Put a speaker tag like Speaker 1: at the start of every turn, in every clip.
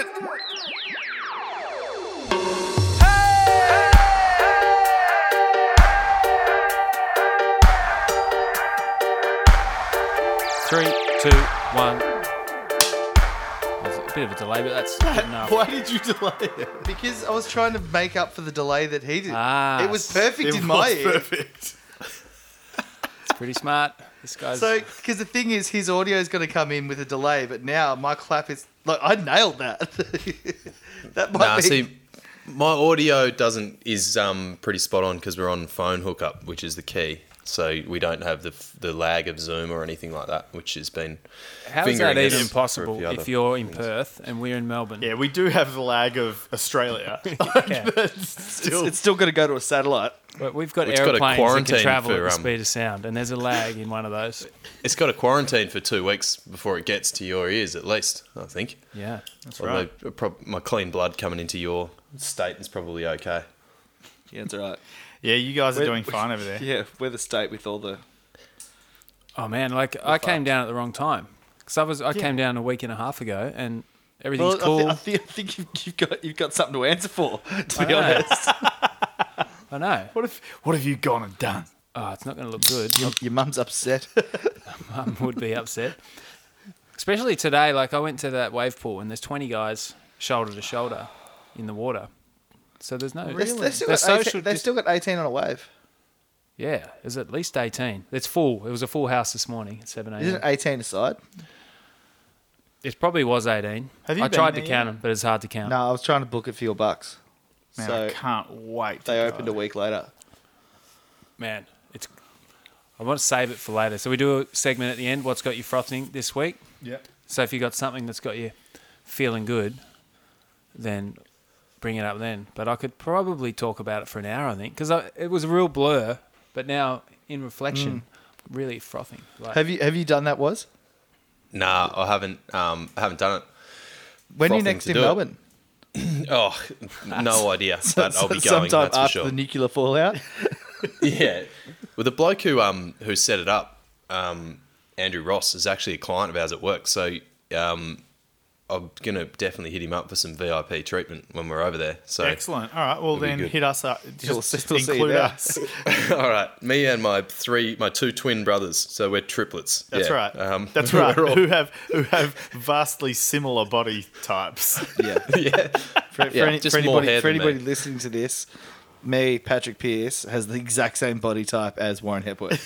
Speaker 1: it.
Speaker 2: Three, two, one. There's a bit of a delay, but that's good enough.
Speaker 3: Why did you delay it?
Speaker 1: Because I was trying to make up for the delay that he did.
Speaker 2: Ah,
Speaker 1: it was perfect
Speaker 3: It
Speaker 1: in my
Speaker 3: was
Speaker 1: ear.
Speaker 3: perfect.
Speaker 2: It's pretty smart. This guy's.
Speaker 1: So, because the thing is, his audio is going to come in with a delay, but now my clap is like I nailed that. that might
Speaker 3: Nah,
Speaker 1: be.
Speaker 3: see, my audio doesn't is um pretty spot on because we're on phone hookup, which is the key. So we don't have the f- the lag of Zoom or anything like that, which has been
Speaker 2: How is
Speaker 3: fingering
Speaker 2: that
Speaker 3: us
Speaker 2: even
Speaker 3: for a
Speaker 2: possible
Speaker 3: few other
Speaker 2: if you're in
Speaker 3: things.
Speaker 2: Perth and we're in Melbourne?
Speaker 4: Yeah, we do have the lag of Australia. Like,
Speaker 2: Yeah.
Speaker 4: that's still,
Speaker 1: it's, it's still going to go to a satellite.
Speaker 2: But we've got
Speaker 3: It's got a
Speaker 2: airplanes that
Speaker 3: quarantine
Speaker 2: can travel
Speaker 3: for,
Speaker 2: at the
Speaker 3: um,
Speaker 2: speed of sound, and there's a lag in one of those.
Speaker 3: It's got a quarantine for two weeks before it gets to your ears, at least. I think.
Speaker 2: Yeah.
Speaker 3: Although uh, prob- my clean blood coming into your state is probably okay.
Speaker 1: Yeah, that's right.
Speaker 4: yeah, you guys are
Speaker 1: We're-
Speaker 4: doing fine over there.
Speaker 1: Yeah, we're the state with all the.
Speaker 2: Oh man, like I came down at the wrong time because I was I came down a week and a half ago, and everything's
Speaker 1: Well,
Speaker 2: cool.
Speaker 1: I, thi- I, thi- I think you've, you've got you've got something to answer for. To
Speaker 2: I
Speaker 1: be
Speaker 2: know.
Speaker 1: honest,
Speaker 2: I know.
Speaker 4: What if? What have you gone and done?
Speaker 2: Oh, it's not going to look good.
Speaker 1: your, your mum's upset.
Speaker 2: Mum would be upset. Especially today, like I went to that wave pool and there's 20 guys shoulder to shoulder in the water. So there's no
Speaker 1: They've they've still,
Speaker 2: They're
Speaker 1: got 18
Speaker 2: social
Speaker 1: they've
Speaker 2: dis-
Speaker 1: still got eighteen on a wave.
Speaker 2: yeah, there's at least 18. It's full. It was a full house this morning at 7
Speaker 1: Isn't it
Speaker 2: a.m.
Speaker 1: eighteen aside?
Speaker 2: It probably was 18.
Speaker 4: Have you
Speaker 2: I
Speaker 4: been
Speaker 2: tried to
Speaker 4: there
Speaker 2: count
Speaker 4: yet?
Speaker 2: them, but it's hard to count.
Speaker 1: No, I was trying to book it for your bucks.
Speaker 4: Man,
Speaker 1: so
Speaker 4: I can't wait.
Speaker 1: they opened a week later.
Speaker 2: Man, it's. I want to save it for later. So we do a segment at the end. What's got you frothing this week?
Speaker 4: Yeah.
Speaker 2: So if you got something that's got you feeling good, then bring it up then. But I could probably talk about it for an hour, I think, because it was a real blur. But now, in reflection,
Speaker 4: Mm.
Speaker 2: really frothing. Like,
Speaker 1: Have you have you done that? Was
Speaker 3: Nah, I haven't. Um, I haven't done
Speaker 1: when are you
Speaker 3: Frothing
Speaker 1: next
Speaker 3: to
Speaker 1: in
Speaker 3: do it.
Speaker 1: Melbourne?
Speaker 3: it. Oh, no idea. But I'll be going.
Speaker 1: Sometime
Speaker 3: That's for
Speaker 1: after
Speaker 3: sure.
Speaker 1: the nuclear fallout.
Speaker 3: yeah. Well, the bloke who um who set it up, um, Andrew Ross, is actually a client of ours at work. So um, I'm gonna definitely hit him up for some VIP treatment when we're over there. So
Speaker 4: Excellent. All right. Well,
Speaker 3: be
Speaker 4: then
Speaker 3: good.
Speaker 4: hit us up.
Speaker 1: You'll
Speaker 4: Just,
Speaker 1: see-
Speaker 4: just
Speaker 1: we'll see you
Speaker 4: include
Speaker 1: there.
Speaker 4: us.
Speaker 3: all right, me and my three my two twin brothers. So we're triplets.
Speaker 4: That's
Speaker 3: Yeah.
Speaker 4: right.
Speaker 3: Um,
Speaker 4: That's
Speaker 3: we're
Speaker 4: right.
Speaker 3: all-
Speaker 4: Who have who have vastly similar body types.
Speaker 1: yeah.
Speaker 3: yeah.
Speaker 1: For, for
Speaker 3: Yeah,
Speaker 1: any-
Speaker 3: just
Speaker 1: for
Speaker 3: more
Speaker 1: anybody,
Speaker 3: hair
Speaker 1: for
Speaker 3: than me.
Speaker 1: anybody listening to this, me, Patrick Pierce, has the exact same body type as Warren Hepworth.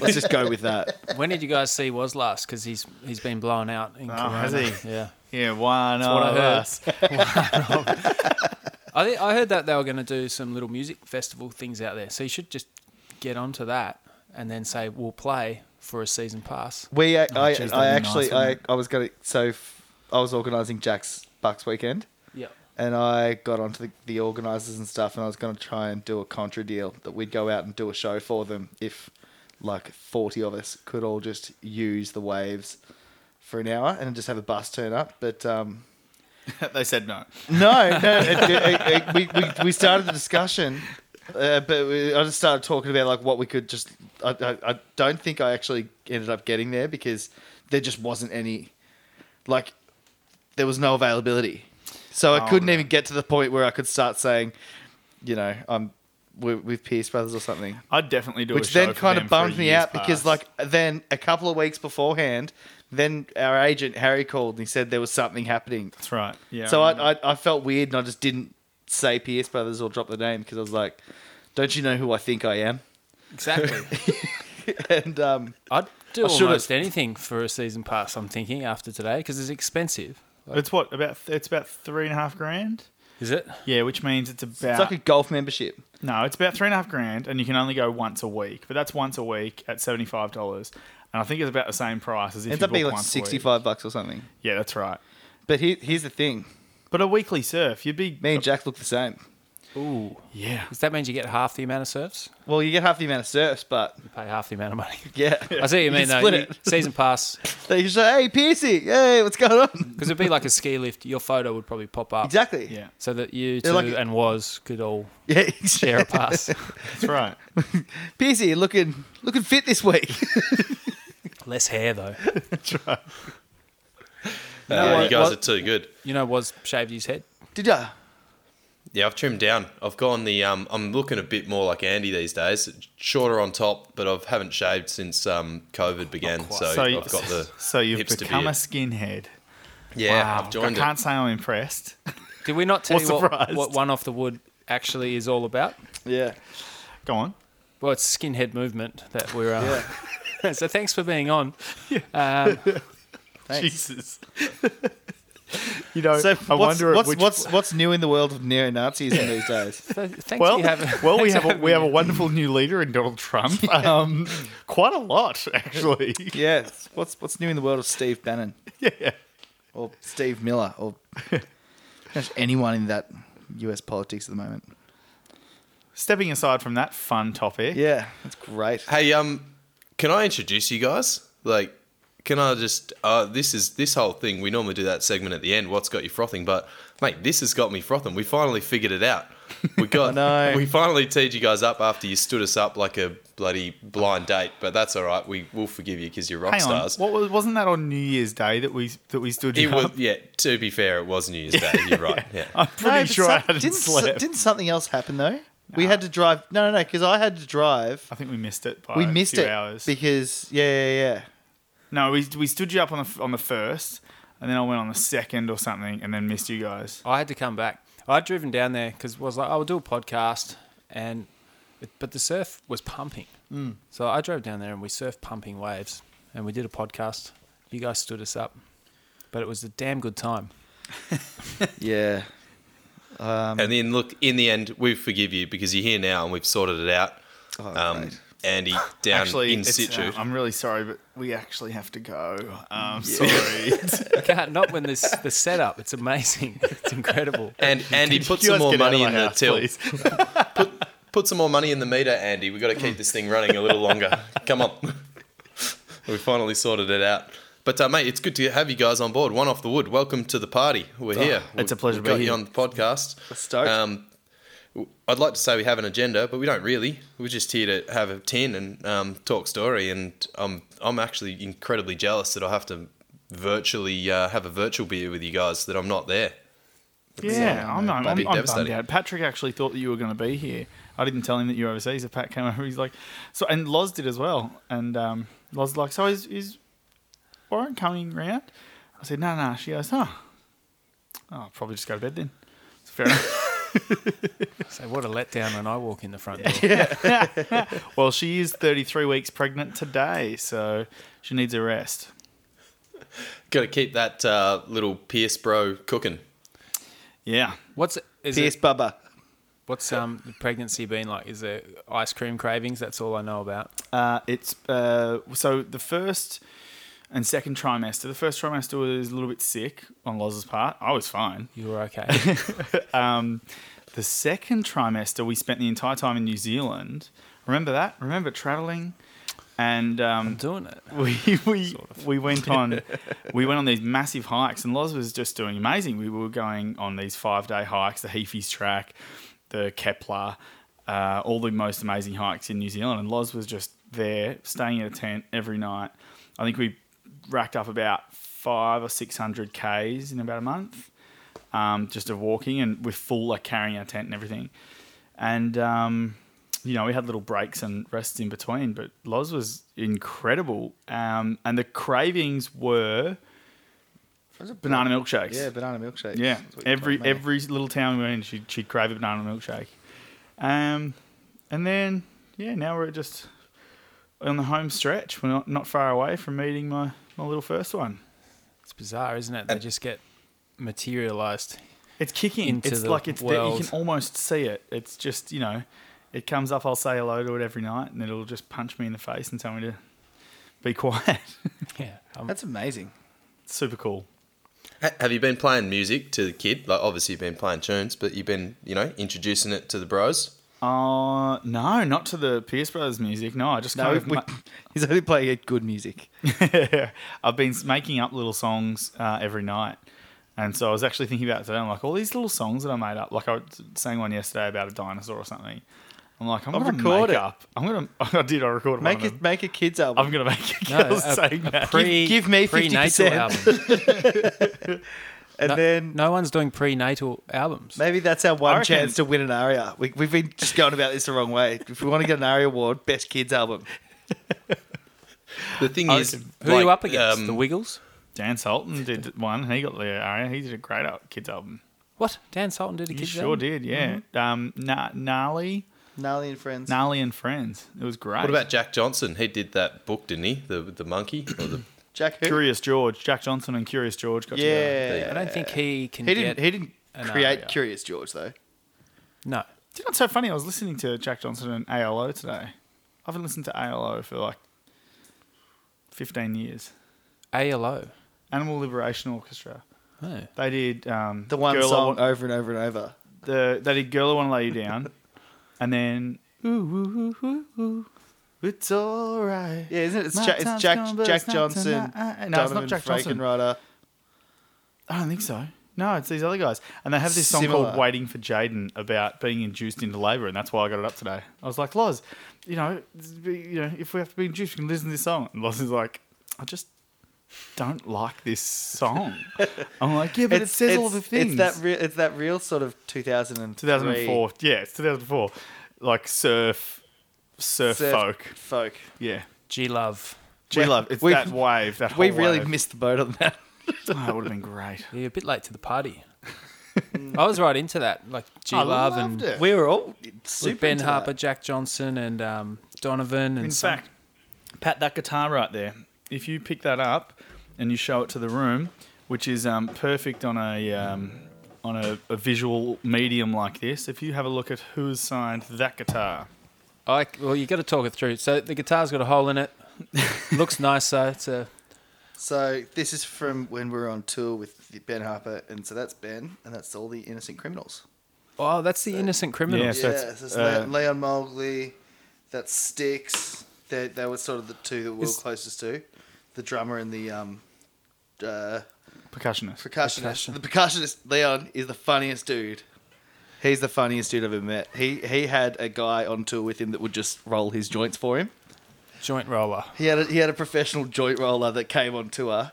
Speaker 1: Let's just go with that.
Speaker 2: when did you guys see Was last? Because he's he's been blown out in Corona.
Speaker 4: Oh, has he?
Speaker 2: Yeah.
Speaker 4: Yeah, one
Speaker 2: what I
Speaker 4: of
Speaker 2: heard.
Speaker 4: us.
Speaker 2: I think I heard that they were going to do some little music festival things out there. So you should just get onto that and then say we'll play for a season pass.
Speaker 1: We,
Speaker 3: Oh,
Speaker 1: I, I,
Speaker 4: geez, that'd
Speaker 1: I
Speaker 4: be
Speaker 1: actually,
Speaker 4: nice,
Speaker 1: I,
Speaker 4: wouldn't
Speaker 1: I was gonna, so f- I was organising Jack's Bucks weekend,
Speaker 2: Yeah.
Speaker 1: and I got onto the, the organisers and stuff, and I was gonna try and do a contra deal that we'd go out and do a show for them if, like, forty of us could all just use the waves for an hour and just have a bus turn up, but um,
Speaker 4: they said no.
Speaker 1: No, no. it- it- it- we, we, we started the discussion, uh, but we, I just started talking about like what we could just. I, I, I don't think I actually ended up getting there because there just wasn't any, like, there was no availability, so I
Speaker 4: Oh,
Speaker 1: couldn't
Speaker 4: no.
Speaker 1: even get to the point where I could start saying, you know, I'm we're, with Pierce Brothers or something
Speaker 4: I'd definitely do a
Speaker 1: which
Speaker 4: show
Speaker 1: then
Speaker 4: for
Speaker 1: kind
Speaker 4: them
Speaker 1: of
Speaker 4: for
Speaker 1: bummed me
Speaker 4: years
Speaker 1: out because
Speaker 4: past.
Speaker 1: like then a couple of weeks beforehand then our agent harry called and he said there was something happening
Speaker 4: That's right. Yeah.
Speaker 1: so
Speaker 4: remember.
Speaker 1: I, I, I felt weird and I just didn't say Pierce Brothers or drop the name because I was like, don't you know who I think I am?
Speaker 2: Exactly.
Speaker 1: And um,
Speaker 2: I'd do
Speaker 1: I should've-
Speaker 2: almost anything for a season pass. I'm thinking after today because it's expensive.
Speaker 4: it's what about it's about three and a half grand.
Speaker 2: Is it?
Speaker 4: Yeah, which means it's about
Speaker 1: it's like a golf membership.
Speaker 4: no, it's about three and a half grand, and you can only go once a week. But that's once a week at seventy five dollars, and I think it's about the same price as if
Speaker 1: Ends
Speaker 4: you
Speaker 1: up being
Speaker 4: book
Speaker 1: like
Speaker 4: once a week.
Speaker 1: 65 bucks or something.
Speaker 4: Yeah, that's right.
Speaker 1: But here, here's the thing
Speaker 4: But a weekly surf, you'd be
Speaker 1: me and Jack look the same.
Speaker 2: Ooh.
Speaker 4: yeah.
Speaker 2: Does that mean you get half the amount of serves?
Speaker 1: Well, you get half the amount of surfs, but
Speaker 2: You pay half the amount of money.
Speaker 1: yeah.
Speaker 2: I see what you
Speaker 1: You
Speaker 2: mean
Speaker 1: can
Speaker 2: though.
Speaker 1: split
Speaker 2: You-
Speaker 1: it.
Speaker 2: season pass
Speaker 1: They just say, hey, Piercy, hey, what's going on?
Speaker 2: because it'd be like a ski lift. Your photo would probably pop up
Speaker 1: Exactly.
Speaker 4: Oh, Yeah,
Speaker 2: so that you two
Speaker 1: They're like-
Speaker 2: and was could all
Speaker 1: Yeah,
Speaker 2: share a pass.
Speaker 4: that's right.
Speaker 1: Piercy, looking looking fit this week.
Speaker 2: Less hair though.
Speaker 3: Yeah,
Speaker 2: what-
Speaker 3: uh, you guys
Speaker 2: what-
Speaker 3: are too good.
Speaker 2: You know, was shaved his head.
Speaker 1: Did ya?
Speaker 3: Yeah, I've trimmed down. I've gone the um. I'm looking a bit more like Andy these days. Shorter on top, but I've haven't shaved since um COVID began. So,
Speaker 4: Oh, so,
Speaker 3: I've got the
Speaker 4: so you've
Speaker 3: hipster
Speaker 4: become a
Speaker 3: beard.
Speaker 4: skinhead.
Speaker 3: yeah.
Speaker 4: Wow.
Speaker 3: I've joined
Speaker 4: I can't
Speaker 3: it.
Speaker 4: say I'm impressed.
Speaker 2: Did we not tell
Speaker 4: Or
Speaker 2: you what,
Speaker 4: surprised.
Speaker 2: what One Off the Wood actually is all about?
Speaker 1: Yeah.
Speaker 4: Go on.
Speaker 2: Well, it's skinhead movement that we're. Uh,
Speaker 1: Yeah.
Speaker 2: so thanks for being on.
Speaker 4: Jesus. you know,
Speaker 1: So
Speaker 4: I
Speaker 1: what's,
Speaker 4: wonder at
Speaker 1: what's,
Speaker 4: which
Speaker 1: what's what's new in the world of neo Nazis in these days?
Speaker 2: So thanks
Speaker 4: well,
Speaker 2: for having.
Speaker 4: well, we
Speaker 2: thanks
Speaker 4: have
Speaker 2: for
Speaker 4: a,
Speaker 2: having
Speaker 4: we have
Speaker 2: me.
Speaker 4: a wonderful new leader in Donald Trump. Um, quite a lot, actually.
Speaker 1: Yes. What's what's new in the world of Steve Bannon? Yeah. Or Steve Miller or pretty much anyone in that US politics at the moment.
Speaker 4: Stepping aside from that fun topic,
Speaker 1: Yeah, that's great.
Speaker 3: Hey, um, can I introduce you guys? Like, can I just? Uh, this is this whole thing. We normally do that segment at the end. What's got you frothing? But mate, this has got me frothing. We finally figured it out. We got.
Speaker 1: know.
Speaker 3: We finally teed you guys up after you stood us up like a bloody blind date. But that's all right. We will forgive you because you're rock
Speaker 4: hang on.
Speaker 3: stars.
Speaker 4: What was, wasn't that on New Year's Day that we that we stood
Speaker 3: It
Speaker 4: you
Speaker 3: was
Speaker 4: up?
Speaker 3: yeah. To be fair, it was New Year's Day. You're right. Yeah.
Speaker 4: I'm pretty
Speaker 1: but
Speaker 4: sure
Speaker 1: some-
Speaker 4: I hadn't
Speaker 1: didn't, so-
Speaker 4: slept.
Speaker 1: didn't something else happen though? We had to drive. No, no, no, because I had to drive.
Speaker 4: I think we missed it by
Speaker 1: We
Speaker 4: Oh, a
Speaker 1: missed
Speaker 4: few
Speaker 1: it
Speaker 4: hours.
Speaker 1: because yeah, yeah, yeah.
Speaker 4: no, we, we stood you up on the f- on the first, and then I went on the second or something, and then missed you
Speaker 3: Um,
Speaker 4: guys.
Speaker 2: I had to come back. I'd driven down there because was like, I'll do a podcast, and it, but the surf was pumping. Mm. So I drove down there and we surfed pumping waves, and we did a podcast. You guys stood us up, but it was a damn good time.
Speaker 1: Yeah. Um,
Speaker 3: and then look, in the end, we forgive you because you're here now and we've sorted it out.
Speaker 1: Oh,
Speaker 3: um,
Speaker 1: great.
Speaker 3: Andy down
Speaker 4: actually,
Speaker 3: in
Speaker 4: it's,
Speaker 3: situ.
Speaker 4: uh, I'm really sorry, but we actually have to go. Um, Sorry.
Speaker 2: You can't not when this the setup. It's amazing. It's incredible.
Speaker 3: And Andy, put
Speaker 4: You
Speaker 3: some
Speaker 4: guys
Speaker 3: more
Speaker 4: get out
Speaker 3: money
Speaker 4: of
Speaker 3: in
Speaker 4: my
Speaker 3: the
Speaker 4: house,
Speaker 3: till.
Speaker 4: please.
Speaker 3: Put some more money in the meter, Andy. We've got to keep this thing running a little longer. Come on. we finally sorted it out. But uh, mate, it's good to have you guys on board. One off the wood. Welcome to the party. We're here.
Speaker 4: Oh, it's
Speaker 3: We've-
Speaker 4: a pleasure to
Speaker 3: We've got you
Speaker 4: be here.
Speaker 3: on the podcast.
Speaker 1: Stoked.
Speaker 3: Um, w- I'd like to say we have an agenda, but we don't really. We're just here to have a tin and um, talk story. And I'm I'm actually incredibly jealous that I have to virtually uh, have a virtual beer with you guys. That I'm not there.
Speaker 4: Yeah, I'm, I'm,
Speaker 3: That'd
Speaker 4: I'm,
Speaker 3: be
Speaker 4: I'm bummed
Speaker 3: devastating.
Speaker 4: out. Patrick actually thought that you were going to be here. I didn't tell him that you were overseas. So Pat came over. He's like, so and Loz did as well. And um, Loz like, so is is Warren coming round? I said, no, no. She goes, huh? Oh, I'll probably just go to bed then. So fair enough.
Speaker 2: So what a letdown when I walk in the front door.
Speaker 4: well, she is 33 weeks pregnant today, so she needs a rest.
Speaker 3: Got to keep that uh, little Pierce bro cooking.
Speaker 4: Yeah.
Speaker 2: What's is
Speaker 1: Pierce
Speaker 2: it,
Speaker 1: Bubba.
Speaker 2: what's um the pregnancy been like? Is there ice cream cravings? That's all I know about.
Speaker 4: Uh, it's uh, so the first and second trimester. The first trimester was a little bit sick on Loz's part. I was fine.
Speaker 2: You were okay.
Speaker 4: Um, the second trimester, we spent the entire time in New Zealand. Remember that? Remember traveling? And um,
Speaker 2: Doing it.
Speaker 4: we we we went on we went on these massive hikes, and Loz was just doing amazing. We were going on these five day hikes, the Heafy's Track, the Kepler, uh, all the most amazing hikes in New Zealand, and Loz was just there, staying in a tent every night. I think we racked up about five or six hundred k's in about a month, um, just of walking, and we're full like carrying our tent and everything, and. Um, you know, we had little breaks and rests in between, but Loz was incredible. Um, and the cravings were banana milkshakes.
Speaker 1: Yeah, banana milkshake.
Speaker 4: yeah. Every every little town we went in, she'd, she'd crave a banana milkshake. Um, and then, yeah, now we're just on the home stretch. We're not, not far away from meeting my, my little first one.
Speaker 2: It's bizarre, isn't it? They just get materialized.
Speaker 4: It's kicking.
Speaker 2: Into
Speaker 4: it's
Speaker 2: the
Speaker 4: like it's there. you
Speaker 2: world.
Speaker 4: can almost see it. It's just you know, it comes up. I'll say hello to it every night, and it'll just punch me in the face and tell me to be quiet.
Speaker 2: Yeah. Um,
Speaker 1: That's amazing.
Speaker 4: it's super cool.
Speaker 3: Ha- Have you been playing music to the kid? Like, obviously, you've been playing tunes, but you've been, you know, introducing it to the bros.
Speaker 4: Uh no, not to the Pierce Brothers music. No, I just
Speaker 1: No,
Speaker 4: kind of
Speaker 1: we,
Speaker 4: ma-
Speaker 1: he's only playing good music.
Speaker 4: I've been making up little songs uh, every night. And so I was actually thinking about it today. I'm like, all these little songs that I made up. Like I sang one yesterday about a dinosaur or something. I'm like, I'm
Speaker 1: I've
Speaker 4: gonna
Speaker 1: recorded.
Speaker 4: make up. I'm gonna. I did. I recorded
Speaker 1: Make
Speaker 4: one of
Speaker 1: it,
Speaker 4: them.
Speaker 1: make a kids album.
Speaker 4: I'm gonna make a
Speaker 2: No,
Speaker 4: girl saying
Speaker 2: a, a
Speaker 4: that.
Speaker 2: pre,
Speaker 1: Give- give me
Speaker 2: prenatal
Speaker 1: 50%.
Speaker 2: album.
Speaker 1: and
Speaker 2: No,
Speaker 1: then
Speaker 2: no one's doing prenatal albums.
Speaker 1: maybe that's our one
Speaker 4: I reckon-
Speaker 1: chance to win an ARIA. We, we've been just going about this the wrong way. If we want to get an ARIA award, best kids album.
Speaker 3: The thing is,
Speaker 2: Oh, Who are you
Speaker 3: like,
Speaker 2: up against?
Speaker 3: um,
Speaker 2: the Wiggles?
Speaker 4: Dan Sultan did one. He got the aria. He did a great al- kids album.
Speaker 2: What? Dan Sultan did a
Speaker 4: He
Speaker 2: kids
Speaker 4: sure
Speaker 2: album?
Speaker 4: did. Yeah. Um. Na- gnarly,
Speaker 1: Gnarly and Friends.
Speaker 4: gnarly and friends. It was great.
Speaker 3: what about Jack Johnson? He did that book, didn't he? The the monkey or the
Speaker 1: Jack who?
Speaker 4: Curious George? Jack Johnson and Curious George got together.
Speaker 1: Yeah.
Speaker 2: I don't think he can
Speaker 1: He didn't,
Speaker 2: get.
Speaker 1: he didn't
Speaker 2: an
Speaker 1: create
Speaker 2: ARIA.
Speaker 1: Curious George, though.
Speaker 2: No.
Speaker 4: Do you know what's so funny? I was listening to Jack Johnson and ALO today. I haven't listened to ALO for like 15 years.
Speaker 2: ALO.
Speaker 4: Animal Liberation Orchestra.
Speaker 2: Oh.
Speaker 4: They did um,
Speaker 1: The one
Speaker 4: Girl I
Speaker 1: song
Speaker 4: Want-
Speaker 1: over and over and over.
Speaker 4: the they did Girl I Wanna Lay You Down, and then
Speaker 1: It's alright. Yeah, isn't it? It's,
Speaker 4: My
Speaker 1: Jack it's
Speaker 4: time's
Speaker 1: Jack,
Speaker 4: gone, but
Speaker 1: Jack
Speaker 4: it's not
Speaker 1: Johnson.
Speaker 4: tonight. Uh, No, it's not Jack Johnson.
Speaker 1: Frankenrider.
Speaker 4: I don't think so. No, it's these other guys, and they have this song
Speaker 1: Similar.
Speaker 4: called "Waiting for Jaden" about being induced into labour, and that's why I got it up today. I was like, Loz, you know, this- you know, if we have to be induced, we can listen to this song. And Loz is like, I just don't like this song. I'm like, yeah, but it says all the things.
Speaker 1: It's that, real, it's that real sort of 2003.
Speaker 4: 2004. Yeah, it's 2004. Like surf, surf,
Speaker 1: surf
Speaker 4: folk.
Speaker 1: Folk.
Speaker 4: Yeah.
Speaker 2: G Love.
Speaker 4: G Love. It's
Speaker 1: we-
Speaker 4: that wave. That
Speaker 1: We
Speaker 4: whole
Speaker 1: really
Speaker 4: wave.
Speaker 1: missed the boat on that.
Speaker 4: Oh, it would have been great.
Speaker 2: You're a bit late to the party. I was right into that. Like G
Speaker 4: I
Speaker 2: Love and
Speaker 4: loved it.
Speaker 1: We were all
Speaker 2: with
Speaker 1: super
Speaker 2: Ben
Speaker 1: into
Speaker 2: Harper,
Speaker 1: that.
Speaker 2: Jack Johnson, and um, Donovan. And
Speaker 4: In
Speaker 2: some-
Speaker 4: fact, Pat, that guitar right there. If you pick that up and you show it to the room, which is um, perfect on a um, on a, a visual medium like this. If you have a look at who's signed that guitar,
Speaker 2: I, well, you got to talk it through. So the guitar's got a hole in it. Looks nice, so it's a
Speaker 1: So this is from when we were on tour with Ben Harper, and so that's Ben, and that's all the innocent criminals.
Speaker 2: Oh, that's the innocent criminals.
Speaker 4: Yeah, so
Speaker 1: yeah,
Speaker 4: it's,
Speaker 1: so it's
Speaker 4: uh,
Speaker 1: Le- Leon Mowgli, that's Styx. They they were sort of the two that we were
Speaker 2: Is-
Speaker 1: closest to, the drummer and the um, uh,
Speaker 4: percussionist.
Speaker 1: percussionist.
Speaker 2: Percussion.
Speaker 1: The percussionist Leon is the funniest dude. He's the funniest dude I've ever met. He he had a guy on tour with him that would just roll his joints for him.
Speaker 2: Joint roller.
Speaker 1: He had a, he had a professional joint roller that came on tour,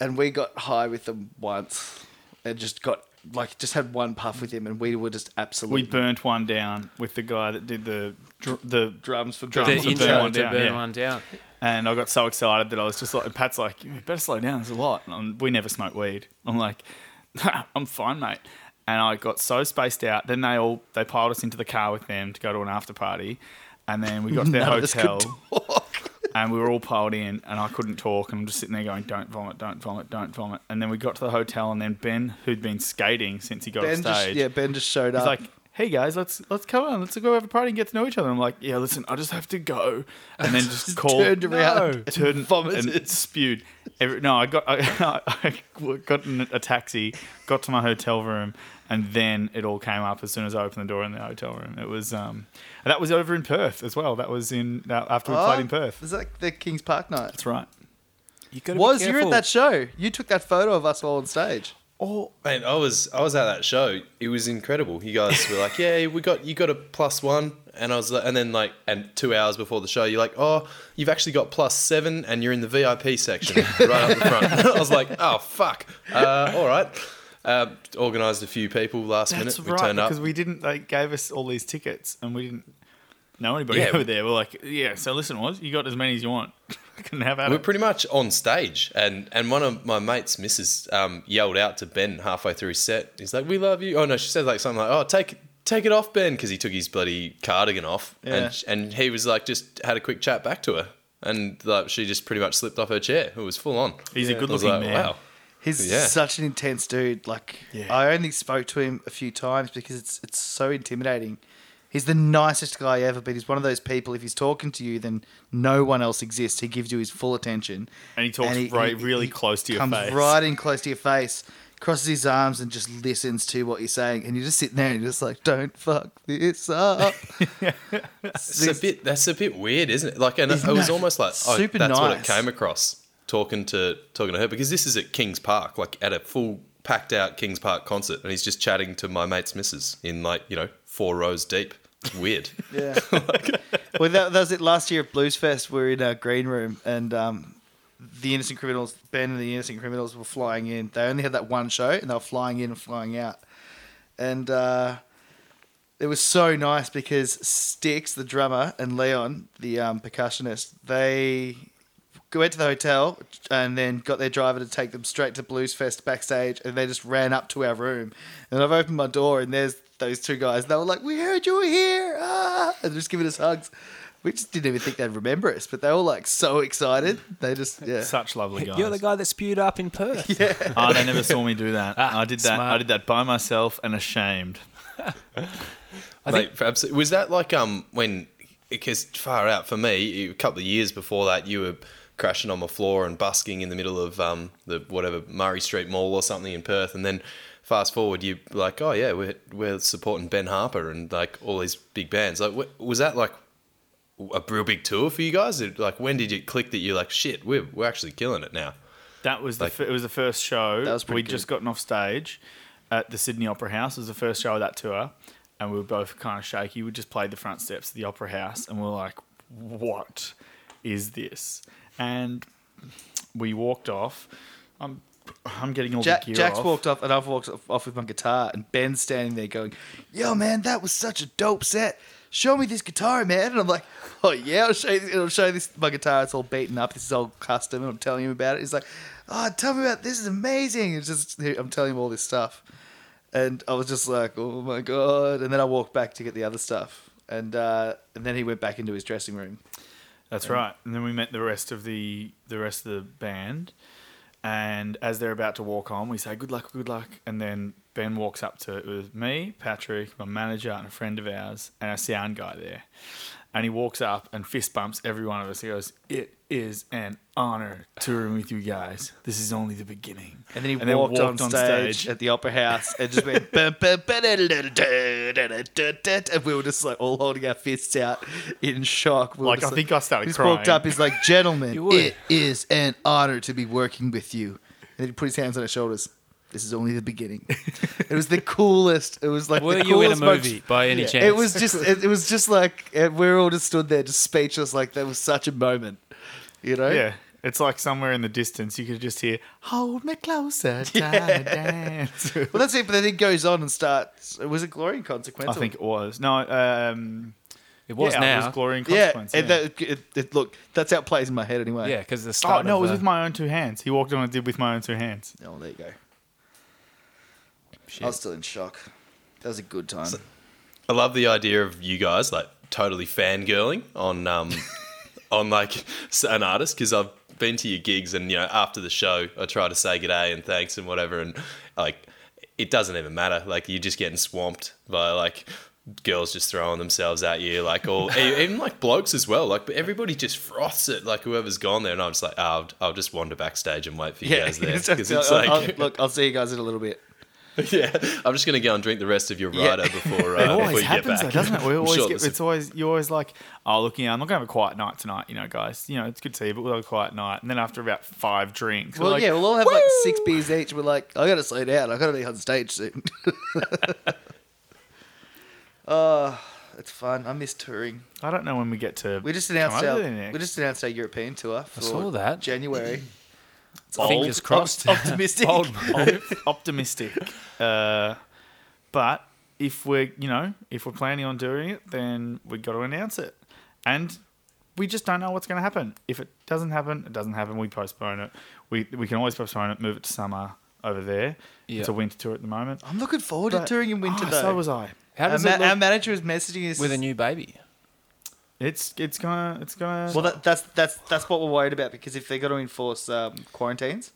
Speaker 1: and we got high with them once, and just got like just had one puff with him, and we were just absolutely
Speaker 4: We burnt one down with the guy that did the dr- the
Speaker 1: drums for
Speaker 4: Drums
Speaker 2: The
Speaker 4: Burn
Speaker 1: drums.
Speaker 4: for
Speaker 2: intro
Speaker 4: one
Speaker 2: to
Speaker 4: down,
Speaker 2: burn
Speaker 4: yeah.
Speaker 2: one down.
Speaker 4: And I got so excited that I was just like, Pat's like, you better slow down, there's a lot. And I'm- we never smoke weed. I'm like, I'm fine, mate. And I got so spaced out. Then they all, they piled us into the car with them to go to an after party. And then we got to their
Speaker 1: None of us could
Speaker 4: hotel. And we were all piled in, and I couldn't talk. And I'm just sitting there going, don't vomit, don't vomit, don't vomit. And then we got to the hotel, and then Ben, who'd been skating since he got
Speaker 1: Ben
Speaker 4: off stage,
Speaker 1: just, yeah, Ben just showed
Speaker 4: He's
Speaker 1: up.
Speaker 4: like, "Hey guys, let's let's come on, let's go have a party and get to know each other." I'm like, "Yeah, listen, I just have to go," and then just, called,
Speaker 1: turned around
Speaker 4: no, turned,
Speaker 1: and vomited.
Speaker 4: and spewed. Every, no, I got I, I got in a taxi, got to my hotel room, and then it all came up as soon as I opened the door in the hotel room. It was um, and that was over in Perth as well. That was in that, after we
Speaker 1: Oh.
Speaker 4: played in Perth.
Speaker 1: Is that the Kings Park night?
Speaker 4: That's right.
Speaker 2: You got
Speaker 1: Was you were at that show? You took that photo of us all on stage.
Speaker 4: Oh,
Speaker 3: Man, I was I was at that show. It was incredible. You guys were like, "Yeah, we got you got a plus one," and I was, like, and then like, and two hours before the show, you're like, "Oh, you've actually got plus seven, and you're in the VIP section right up the front." I was like, "Oh fuck, uh, all right." Uh, organised a few people last
Speaker 4: that's
Speaker 3: minute. We
Speaker 4: right
Speaker 3: turned up.
Speaker 4: because we didn't. They gave us all these tickets, and we didn't know anybody
Speaker 3: Yeah.
Speaker 4: over there. We're like, "Yeah, so listen, what you got as many as you want. Can have at
Speaker 3: We
Speaker 4: it."
Speaker 3: We're pretty much on stage, and, and one of my mates, Mrs. Um, yelled out to Ben halfway through his set. He's like, "We love you." Oh no, she said like something like, "Oh, take take it off, Ben," because he took his bloody cardigan off,
Speaker 1: Yeah.
Speaker 3: and and he was like, just had a quick chat back to her, and like she just pretty much slipped off her chair. It was full on.
Speaker 4: He's a
Speaker 1: Yeah.
Speaker 3: I was
Speaker 4: good-looking
Speaker 3: like,
Speaker 4: man.
Speaker 3: wow.
Speaker 1: He's
Speaker 3: Yeah.
Speaker 1: such an intense dude. Like
Speaker 4: Yeah.
Speaker 1: I only spoke to him a few times because it's it's so intimidating. He's the nicest guy ever, but he's one of those people. If he's talking to you, then no one else exists. He gives you his full attention,
Speaker 4: And he talks right- really close to your
Speaker 1: comes
Speaker 4: face.
Speaker 1: right in close to your face, crosses his arms, and just listens to what you're saying. And you're just sitting there and you're just like, "Don't fuck this up."
Speaker 3: It's a bit. That's a bit weird, isn't it? Like, and it was
Speaker 1: no-
Speaker 3: almost like, oh,
Speaker 1: super
Speaker 3: that's what it
Speaker 1: nice.
Speaker 3: came across talking to talking to her because this is at Kings Park, like at a full packed out Kings Park concert, and he's just chatting to my mate's missus in like you know four rows deep. It's weird.
Speaker 1: Yeah. well, that, that was it. Last year at Blues Fest, we were in our green room, and um, the Innocent Criminals, Ben and the Innocent Criminals, were flying in. They only had that one show, and they were flying in and flying out. And uh, it was so nice because Styx, the drummer, and Leon, the um, percussionist, they went to the hotel and then got their driver to take them straight to Blues Fest backstage, and they just ran up to our room. And I've opened my door, and there's those two guys. They were like, "We heard you were here," ah! and just giving us hugs. We just didn't even think they'd remember us, but they were like so excited. They just yeah.
Speaker 4: Such lovely guys.
Speaker 2: You're the guy that spewed up in Perth.
Speaker 4: Oh, they never saw me do that.
Speaker 3: Ah,
Speaker 4: I did that. I
Speaker 2: smart.
Speaker 4: did that by myself and ashamed.
Speaker 2: I
Speaker 3: Mate, perhaps was that like um when because far out for me a couple of years before that you were crashing on the floor and busking in the middle of um the whatever Murray Street Mall or something in Perth and then fast forward you like oh yeah we're we're supporting Ben Harper and like all these big bands like wh- was that like a real big tour for you guys It- like when did it click that you're like shit we're we're actually killing it now
Speaker 4: That was the
Speaker 3: Like-
Speaker 4: fir- it was the first show.
Speaker 1: That was pretty
Speaker 4: We'd
Speaker 1: good.
Speaker 4: just gotten off stage at the Sydney Opera House. It was the first show of that tour, and we were both kind of shaky. We just played the front steps of the Opera House, and we were like, "What is this?" And we walked off. I'm I'm getting all
Speaker 1: Jack,
Speaker 4: the gear
Speaker 1: Jack's
Speaker 4: off.
Speaker 1: walked off and I've walked off, off with my guitar, and Ben's standing there going, "Yo, man, that was such a dope set. Show me this guitar, man." And I'm like, "Oh yeah, I'll show you. I'll show you this. My guitar. It's all beaten up. This is all custom." And I'm telling him about it. He's like, "Oh, tell me about this. Is amazing." It's just I'm telling him all this stuff, and I was just like, "Oh my god!" And then I walked back to get the other stuff, and uh, and then he went back into his dressing room.
Speaker 4: That's right. And then we met the rest of the the rest of the band, and as they're about to walk on, we say good luck, good luck, and then Ben walks up to it was me, Patrick, my manager, and a friend of ours, and a sound guy there, and he walks up and fist bumps every one of us. He goes, "It is an honor touring with you guys. This is only the beginning."
Speaker 1: And then he walked, on, stage at the Opera House and just went. "Bum, bum, ba, da, da, da, da, da, da, da, da," and we were just like all holding our fists out in shock. We were
Speaker 4: Like,
Speaker 1: just
Speaker 4: I think I started
Speaker 1: He just
Speaker 4: crying.
Speaker 1: walked up. He's like, "Gentlemen,
Speaker 2: You would.
Speaker 1: it is an honor to be working with you." And then he put his hands on his shoulders. This is only the beginning. it was the coolest. It was like
Speaker 2: Were
Speaker 1: the
Speaker 2: you in a
Speaker 1: coolest most-
Speaker 2: movie by any chance?
Speaker 1: It was just. It, it was just like uh, we were all just stood there, just speechless. Like that was such a moment. You know.
Speaker 4: Yeah. It's like somewhere in the distance, you could just hear, Hold me closer,
Speaker 1: Yeah.
Speaker 4: yeah. dance.
Speaker 1: Well, that's it. But then he goes on and starts. Was it glory and consequence?
Speaker 4: I think it was. No, um,
Speaker 2: It was
Speaker 4: yeah,
Speaker 2: now.
Speaker 4: It was glory and
Speaker 1: Yeah,
Speaker 4: consequence. Yeah,
Speaker 1: and that, it, it, look, that's how it plays in my head anyway.
Speaker 2: yeah, because the
Speaker 4: oh
Speaker 2: start.
Speaker 4: no, it
Speaker 2: of
Speaker 4: was
Speaker 2: the-
Speaker 4: with my own two hands. He walked on and did with my own two hands.
Speaker 1: Oh, there you go.
Speaker 3: Shit.
Speaker 1: I was still in shock. That was a good time.
Speaker 3: I love the idea of you guys like totally fangirling on um on like s- an artist because I've been to your gigs and you know after the show I try to say good day and thanks and whatever and like it doesn't even matter like you're just getting swamped by like girls just throwing themselves at you like all e- even like blokes as well like but everybody just froths it like whoever's gone there and I'm just like oh, I'll, I'll just wander backstage and wait for you guys there because it's
Speaker 1: I'll- I'll-
Speaker 3: like
Speaker 1: look, I'll see you guys in a little bit.
Speaker 3: yeah I'm just gonna go and drink the rest of your
Speaker 1: Yeah.
Speaker 3: rider before uh, before
Speaker 4: It always
Speaker 3: you get
Speaker 4: happens,
Speaker 3: back
Speaker 4: though, doesn't it? We
Speaker 3: I'm
Speaker 4: always
Speaker 3: sure
Speaker 4: get.
Speaker 3: there's a
Speaker 4: It's always you're always like, oh, look, you know, I'm not gonna have a quiet night tonight, you know, guys. You know, it's good to see you, but we'll have a quiet night. And then after about five drinks, we're
Speaker 1: Well,
Speaker 4: like,
Speaker 1: yeah, we'll all have like six beers each. We're like, I gotta slow down. I gotta be on stage soon. oh, it's fun. I miss touring.
Speaker 4: I don't know when we get to.
Speaker 1: We just
Speaker 4: come
Speaker 1: announced
Speaker 4: over
Speaker 1: our
Speaker 4: there next.
Speaker 1: we just announced our European tour for
Speaker 2: saw that.
Speaker 1: January.
Speaker 2: Fingers
Speaker 1: Op-
Speaker 2: crossed.
Speaker 1: optimistic.
Speaker 2: Bold
Speaker 4: optimistic. Uh, but if we're, you know, if we're planning on doing it, then we've got to announce it. And we just don't know what's going to happen. If it doesn't happen, it doesn't happen. We postpone it. We we can always postpone it, move it to summer over there.
Speaker 2: Yeah.
Speaker 4: It's a winter tour at the moment.
Speaker 1: I'm looking forward
Speaker 4: But-
Speaker 1: to Oh, touring in winter
Speaker 4: Oh,
Speaker 1: though.
Speaker 4: So was I.
Speaker 2: How
Speaker 1: our,
Speaker 2: does
Speaker 1: ma-
Speaker 2: it
Speaker 1: our
Speaker 2: look
Speaker 1: manager was messaging us
Speaker 2: with a new baby?
Speaker 4: It's it's gonna it's gonna.
Speaker 1: Well, that, that's that's that's what we're worried about because if they're going to enforce um, quarantines,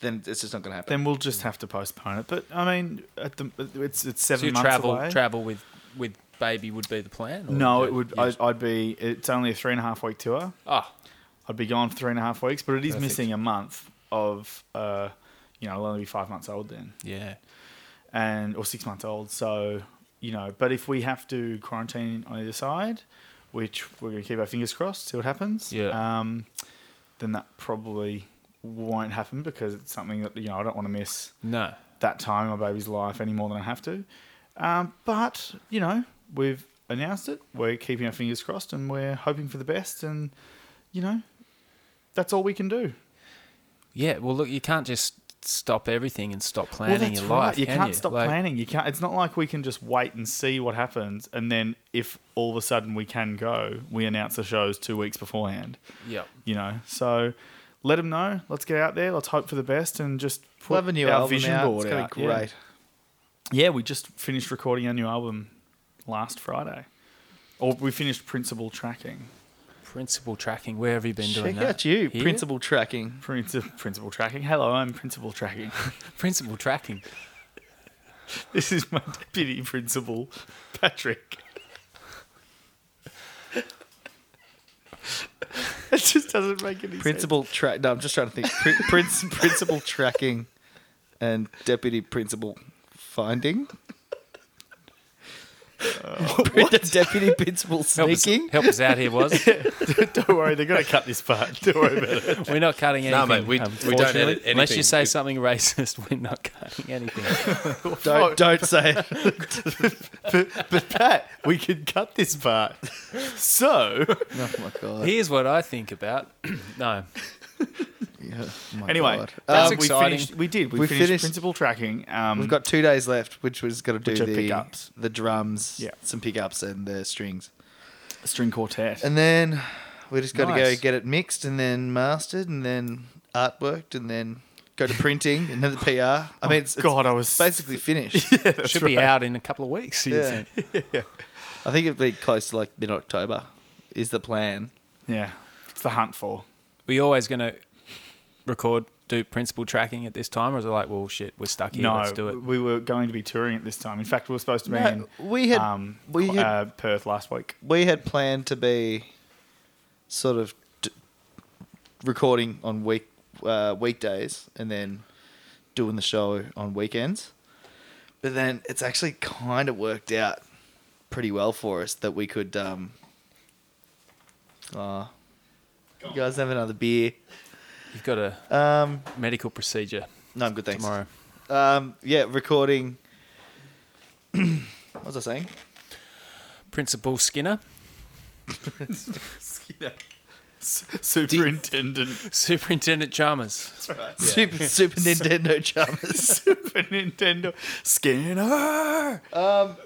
Speaker 1: then it's just not going to happen.
Speaker 4: then we'll just have to postpone it. But I mean, at the it's it's
Speaker 2: So
Speaker 4: seven
Speaker 2: you
Speaker 4: months
Speaker 2: travel
Speaker 4: away.
Speaker 2: travel with with baby would be the plan. or
Speaker 4: no,
Speaker 2: you-
Speaker 4: it would.
Speaker 2: you-
Speaker 4: I'd, I'd be. It's only a three and a half week tour.
Speaker 2: oh,
Speaker 4: I'd be gone for three and a half weeks, but it is
Speaker 2: Perfect.
Speaker 4: missing a month of, uh, you know, I'll only be five months old then,
Speaker 2: yeah.
Speaker 4: and or six months old. So, you know, but if we have to quarantine on either side, which we're going to keep our fingers crossed, see what happens.
Speaker 2: Yeah.
Speaker 4: Um, then that probably won't happen because it's something that you know I don't want to miss
Speaker 2: No.
Speaker 4: that time in my baby's life any more than I have to. Um, but you know, we've announced it. We're keeping our fingers crossed and we're hoping for the best. And, you know, that's all we can do.
Speaker 2: Yeah, well, look, you can't just stop everything and stop planning
Speaker 4: that's
Speaker 2: your life.
Speaker 4: You
Speaker 2: can
Speaker 4: can't stop
Speaker 2: Like,
Speaker 4: planning. You can't. It's not like we can just wait and see what happens, and then if all of a sudden we can go, we announce the shows two weeks beforehand.
Speaker 2: Yep.
Speaker 4: You know, so let them know. Let's get out there. Let's hope for the best and just put
Speaker 1: We'll have a new
Speaker 4: our
Speaker 1: album
Speaker 4: vision
Speaker 1: out.
Speaker 4: board
Speaker 1: it's gonna
Speaker 4: out.
Speaker 1: be
Speaker 4: Yeah.
Speaker 1: great.
Speaker 4: Yeah. we just finished recording our new album last Friday, or we finished principal tracking.
Speaker 2: Principal tracking. Where have you been doing
Speaker 1: Check
Speaker 2: that?
Speaker 1: out you,
Speaker 2: Here?
Speaker 1: principal tracking.
Speaker 4: Princi- principal tracking. Hello, I'm principal tracking.
Speaker 2: Principal tracking.
Speaker 4: this is my deputy principal, Patrick. it just doesn't make any
Speaker 1: Principal track. No, I'm just trying to think. Pri- princ- principal tracking and deputy principal finding. deputy principal
Speaker 2: Help us,
Speaker 1: sneaking.
Speaker 2: help us out here, was.
Speaker 4: sense. Don't worry, they're going to cut this part. Don't worry about it.
Speaker 2: We're not cutting anything.
Speaker 3: No, mate, we- we don't
Speaker 2: unfortunately.
Speaker 3: edit anything.
Speaker 2: Unless you say
Speaker 3: We-
Speaker 2: something racist, we're not cutting anything.
Speaker 1: Don't don't say it.
Speaker 4: But Pat, we can cut this part. So,
Speaker 1: Oh my god.
Speaker 2: Here's what I think about. no,
Speaker 1: Yeah, oh my
Speaker 4: anyway,
Speaker 1: God.
Speaker 2: That's
Speaker 1: Um,
Speaker 4: we,
Speaker 2: exciting.
Speaker 4: finished, we did. We,
Speaker 1: We
Speaker 4: finished,
Speaker 1: finished-
Speaker 4: principal tracking. Um,
Speaker 1: We've got two days left, which was going to
Speaker 4: Which
Speaker 1: do
Speaker 4: are
Speaker 1: the
Speaker 4: pickups.
Speaker 1: the drums,
Speaker 4: Yeah.
Speaker 1: some pickups, and the strings.
Speaker 4: a string quartet.
Speaker 1: And then we just got to
Speaker 2: Nice.
Speaker 1: go get it mixed and then mastered and then artworked and then go to printing and then the PR. I mean, it's, it's
Speaker 4: God, I was.
Speaker 1: basically finished.
Speaker 2: should be out in a couple of weeks. you'd
Speaker 1: Yeah.
Speaker 2: think.
Speaker 1: I think it'd be close to like mid October, is the plan.
Speaker 4: Yeah, it's the hunt for.
Speaker 2: We always going to record, do principal tracking at this time, or is it like, well, shit, we're stuck here,
Speaker 4: no,
Speaker 2: let's do it.
Speaker 4: we were going to be touring it this time. In fact, we were supposed to be in
Speaker 1: we had
Speaker 4: um,
Speaker 1: we had
Speaker 4: uh, Perth last week.
Speaker 1: we had planned to be sort of d- recording on week uh, weekdays and then doing the show on weekends. But then it's actually kind of worked out pretty well for us that we could. Um, uh, you guys have another beer.
Speaker 2: You've got a
Speaker 1: Um,
Speaker 2: medical procedure
Speaker 1: no, I'm good. Thanks.
Speaker 2: tomorrow.
Speaker 1: Um, yeah, recording. what was I saying?
Speaker 2: Principal Skinner,
Speaker 4: Superintendent.
Speaker 2: Superintendent Chalmers.
Speaker 1: Super Super Nintendo Chalmers.
Speaker 4: Super Nintendo. Skinner.
Speaker 1: Um,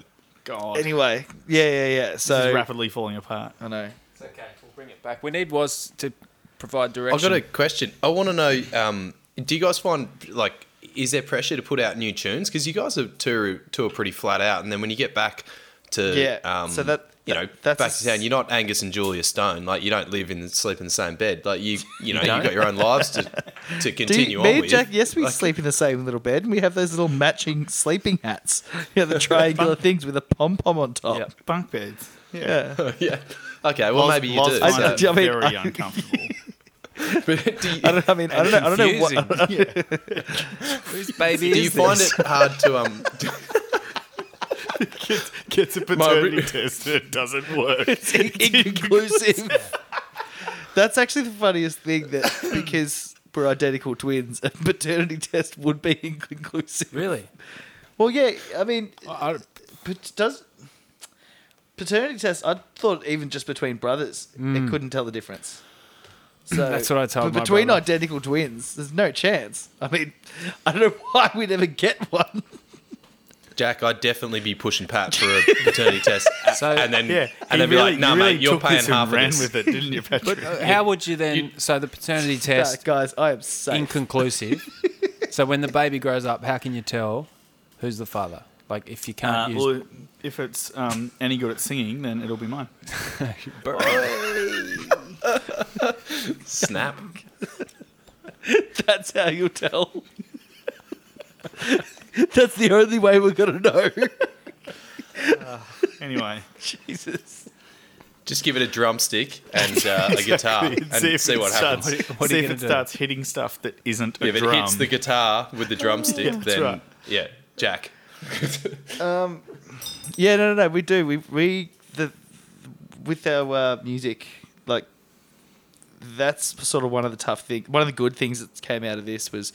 Speaker 4: God.
Speaker 1: Anyway, yeah, yeah, yeah.
Speaker 4: this
Speaker 1: So
Speaker 4: is rapidly falling apart.
Speaker 1: I know.
Speaker 2: It's okay, we'll bring it back. We need was to provide direction.
Speaker 3: I've got a question. I want to know: um, Do you guys find like is there pressure to put out new tunes? Because you guys are tour tour pretty flat out, and then when you get back to
Speaker 1: Yeah,
Speaker 3: um,
Speaker 1: so that-
Speaker 3: you
Speaker 1: that-
Speaker 3: know
Speaker 1: that's
Speaker 3: back
Speaker 1: a
Speaker 3: to town, you're not Angus and Julia Stone. Like you don't live in sleep in the same bed. Like you you know you
Speaker 2: don't?
Speaker 3: have got your own lives to to
Speaker 1: Do
Speaker 3: continue
Speaker 1: you,
Speaker 3: on
Speaker 1: me and
Speaker 3: with.
Speaker 1: Jack, yes, we
Speaker 3: Like,
Speaker 1: sleep in the same little bed, and we have those little matching sleeping hats. You know, the triangular things with a pom pom on top.
Speaker 2: Yep.
Speaker 4: Bunk beds.
Speaker 1: Yeah.
Speaker 3: yeah. Okay, well
Speaker 4: Los-
Speaker 3: maybe you
Speaker 4: Los
Speaker 3: do.
Speaker 4: finds
Speaker 1: I-
Speaker 4: it
Speaker 3: so-
Speaker 1: I mean,
Speaker 4: very
Speaker 1: I-
Speaker 4: uncomfortable.
Speaker 3: but do you,
Speaker 1: I don't. I mean, I don't know. I don't know what.
Speaker 2: Confusing. Whose baby
Speaker 3: do
Speaker 2: is
Speaker 3: you find
Speaker 2: this?
Speaker 3: it hard to um?
Speaker 4: gets, gets a paternity test and it doesn't work.
Speaker 1: inconclusive. That's actually the funniest thing that because we're identical twins, a paternity test would be inconclusive.
Speaker 2: Really?
Speaker 1: Well, yeah, I mean,
Speaker 4: Uh,
Speaker 2: I-
Speaker 1: pat- does paternity test? I thought even just between brothers, it couldn't tell the difference. So
Speaker 2: Hmm. That's what I told
Speaker 1: But
Speaker 2: my
Speaker 1: between
Speaker 2: brother.
Speaker 1: identical twins, there's no chance. I mean, I don't know why we never get one.
Speaker 3: Jack, I'd definitely be pushing Pat for a paternity test, a-
Speaker 2: So-
Speaker 3: and then
Speaker 4: Yeah.
Speaker 3: and
Speaker 4: he
Speaker 3: then be
Speaker 4: really,
Speaker 3: like, "No,
Speaker 4: you really
Speaker 3: mate, you're
Speaker 4: took
Speaker 3: paying
Speaker 4: this and
Speaker 3: half of
Speaker 4: ran
Speaker 3: this."
Speaker 4: with it, didn't you, Patrick?
Speaker 2: How would you then? so the paternity test
Speaker 1: guys, I am safe.
Speaker 2: inconclusive. so when the baby grows up, how can you tell who's the father? Like if you
Speaker 4: Uh,
Speaker 2: can't use
Speaker 4: well, if it's um, any good at singing, then it'll be mine.
Speaker 3: Snap.
Speaker 1: That's how you tell. That's the only way we're gonna know.
Speaker 4: Anyway,
Speaker 1: Jesus.
Speaker 3: Just give it a drumstick and uh, a guitar and
Speaker 4: see if
Speaker 3: see
Speaker 4: it
Speaker 3: what
Speaker 4: starts,
Speaker 3: happens.
Speaker 2: what are
Speaker 4: see
Speaker 2: you
Speaker 4: if
Speaker 2: gonna
Speaker 4: it
Speaker 2: do?
Speaker 4: starts hitting stuff that isn't a
Speaker 3: If it
Speaker 4: drum.
Speaker 3: hits the guitar with the drumstick,
Speaker 4: Yeah, that's
Speaker 3: then
Speaker 4: right.
Speaker 3: yeah, Jack.
Speaker 1: Yeah, no, no, no. We do. We we the with our uh, music like that's sort of one of the tough things. One of the good things that came out of this was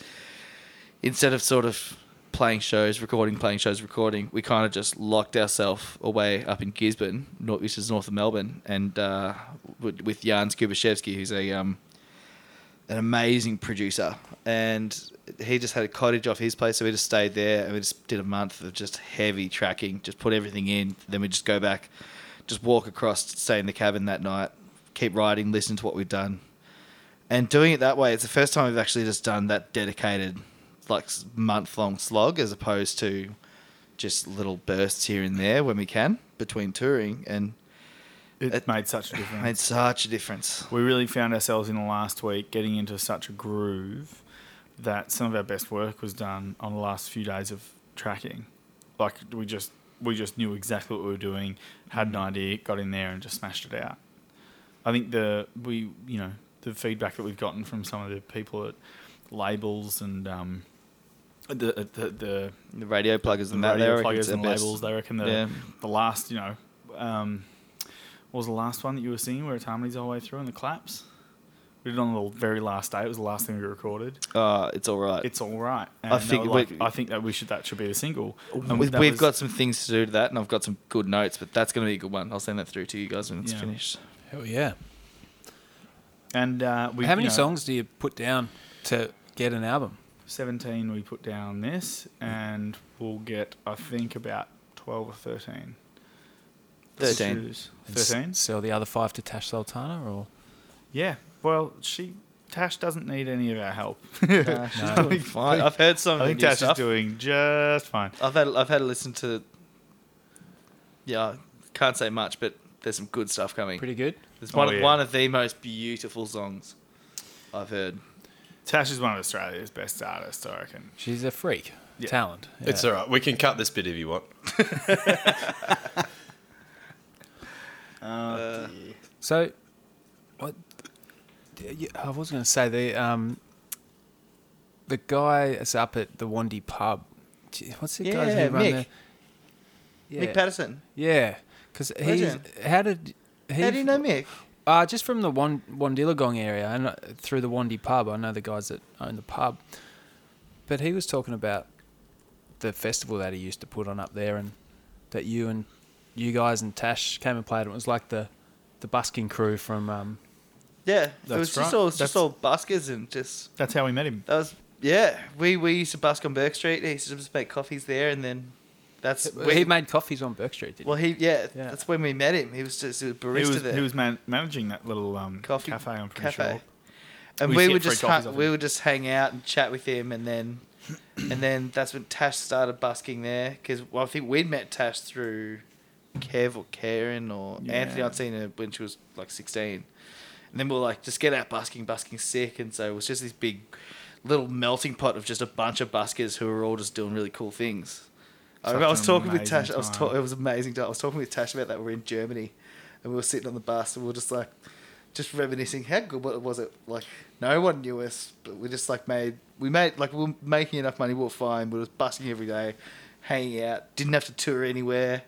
Speaker 1: instead of sort of playing shows, recording, playing shows, recording, we kind of just locked ourselves away up in Gisborne, nor- which is north of Melbourne, and uh, with with Jan Skubashevsky, who's a um, an amazing producer, and he just had a cottage off his place, so we just stayed there, and we just did a month of just heavy tracking, just put everything in, then we just go back, just walk across, stay in the cabin that night, keep writing, listen to what we've done, and doing it that way, it's the first time we've actually just done that dedicated, like month long slog, as opposed to just little bursts here and there when we can between touring, and
Speaker 4: It,
Speaker 1: It-
Speaker 4: made such a difference.
Speaker 1: made such a difference.
Speaker 4: we really found ourselves in the last week getting into such a groove that some of our best work was done on the last few days of tracking. Like we just we just knew exactly what we were doing, had an idea, got in there and just smashed it out. I think the we you know the feedback that we've gotten from some of the people at labels and um, at the, at the the
Speaker 1: The radio pluggers and that,
Speaker 4: radio
Speaker 1: they reckon
Speaker 4: pluggers
Speaker 1: it's the
Speaker 4: and
Speaker 1: best.
Speaker 4: labels. They reckon the
Speaker 1: Yeah.
Speaker 4: the last, you know, um, what was the last one that you were singing where it's harmonies all the way through and the claps? We did it on the very last day. It was the last thing we recorded.
Speaker 1: Uh, it's all right.
Speaker 4: It's all right. And
Speaker 1: I
Speaker 4: I
Speaker 1: think
Speaker 4: think
Speaker 1: we-
Speaker 4: like, I think that we should that should be a single. And
Speaker 1: we,
Speaker 4: that
Speaker 1: we've
Speaker 4: was-
Speaker 1: got some things to do to that, and I've got some good notes, but that's going to be a good one. I'll send that through to you guys when it's
Speaker 4: Yeah.
Speaker 1: finished.
Speaker 2: Hell yeah.
Speaker 4: and uh, we
Speaker 2: How many
Speaker 4: you know,
Speaker 2: songs do you put down to get an album?
Speaker 4: Seventeen. We put down this, and we'll get I think about twelve or thirteen.
Speaker 1: Thirteen.
Speaker 2: And s-
Speaker 4: Thirteen.
Speaker 2: Sell the other five to Tash Sultana or
Speaker 4: Yeah. Well, she Tash doesn't need any of our help.
Speaker 1: Uh, she's
Speaker 2: No.
Speaker 1: doing fine. I've heard some.
Speaker 4: I think
Speaker 1: new
Speaker 4: Tash
Speaker 1: stuff.
Speaker 4: is doing just fine.
Speaker 1: I've had I've had a listen to. Yeah, I can't say much, but there's some good stuff coming.
Speaker 2: pretty good?
Speaker 1: It's one
Speaker 4: Oh,
Speaker 1: of,
Speaker 4: yeah.
Speaker 1: one of the most beautiful songs I've heard.
Speaker 4: Tash is one of Australia's best artists, I reckon.
Speaker 2: She's a freak.
Speaker 4: Yeah.
Speaker 2: Talent. Yeah.
Speaker 3: It's all right. We can cut this bit if you want.
Speaker 1: Uh,
Speaker 2: So, what? yeah, I was going to say the um, the guy is up at the Wandy pub. Gee, What's the guy's
Speaker 1: Yeah,
Speaker 2: name? around
Speaker 1: Mick.
Speaker 2: there? Yeah,
Speaker 1: Mick Patterson.
Speaker 2: Yeah, because he's
Speaker 1: Legend.
Speaker 2: how did he?
Speaker 1: How do you know Mick?
Speaker 2: Uh, just from the Wan- Wandilagong area and uh, through the Wandy pub. I know the guys that own the pub. But he was talking about the festival that he used to put on up there and that you and you guys and Tash came and played. It was like the, the busking crew from. Um,
Speaker 1: Yeah, it
Speaker 4: That's
Speaker 1: was just
Speaker 4: right.
Speaker 1: all it's just
Speaker 4: That's-
Speaker 1: all buskers and just
Speaker 4: That's how we met him.
Speaker 1: that was yeah. We we used to busk on Burke Street. He used to just make coffees there, and then that's when-
Speaker 2: he made coffees on Burke Street, didn't
Speaker 1: Well, he yeah,
Speaker 2: Yeah.
Speaker 1: that's when we met him. He was just he was a
Speaker 4: He
Speaker 1: barista
Speaker 4: was,
Speaker 1: there.
Speaker 4: he was man- managing that little um,
Speaker 1: Coffee-
Speaker 4: cafe, I'm pretty
Speaker 1: cafe.
Speaker 4: sure.
Speaker 1: and
Speaker 4: We
Speaker 1: we,
Speaker 4: used to
Speaker 1: would
Speaker 4: get free
Speaker 1: just
Speaker 4: coffees
Speaker 1: hung,
Speaker 4: off
Speaker 1: we
Speaker 4: him.
Speaker 1: would just hang out and chat with him, and then and then that's when Tash started busking there because well, I think we'd met Tash through Kev or Karen or Anthony.
Speaker 4: Yeah.
Speaker 1: I'd seen her when she was like sixteen, and then we were like, just get out busking, busking sick, and so it was just this big little melting pot of just a bunch of buskers who were all just doing really cool things. I,
Speaker 4: Such
Speaker 1: remember I was
Speaker 4: an
Speaker 1: talking with
Speaker 4: amazing
Speaker 1: Tash. I was
Speaker 4: time.
Speaker 1: ta- it was amazing. I was talking with Tash about that. We were in Germany, and we were sitting on the bus, and we were just like, just reminiscing how good what was it like. No one knew us, but we just like made we made like we were making enough money. We were fine. We were just busking every day, hanging out. Didn't have to tour anywhere.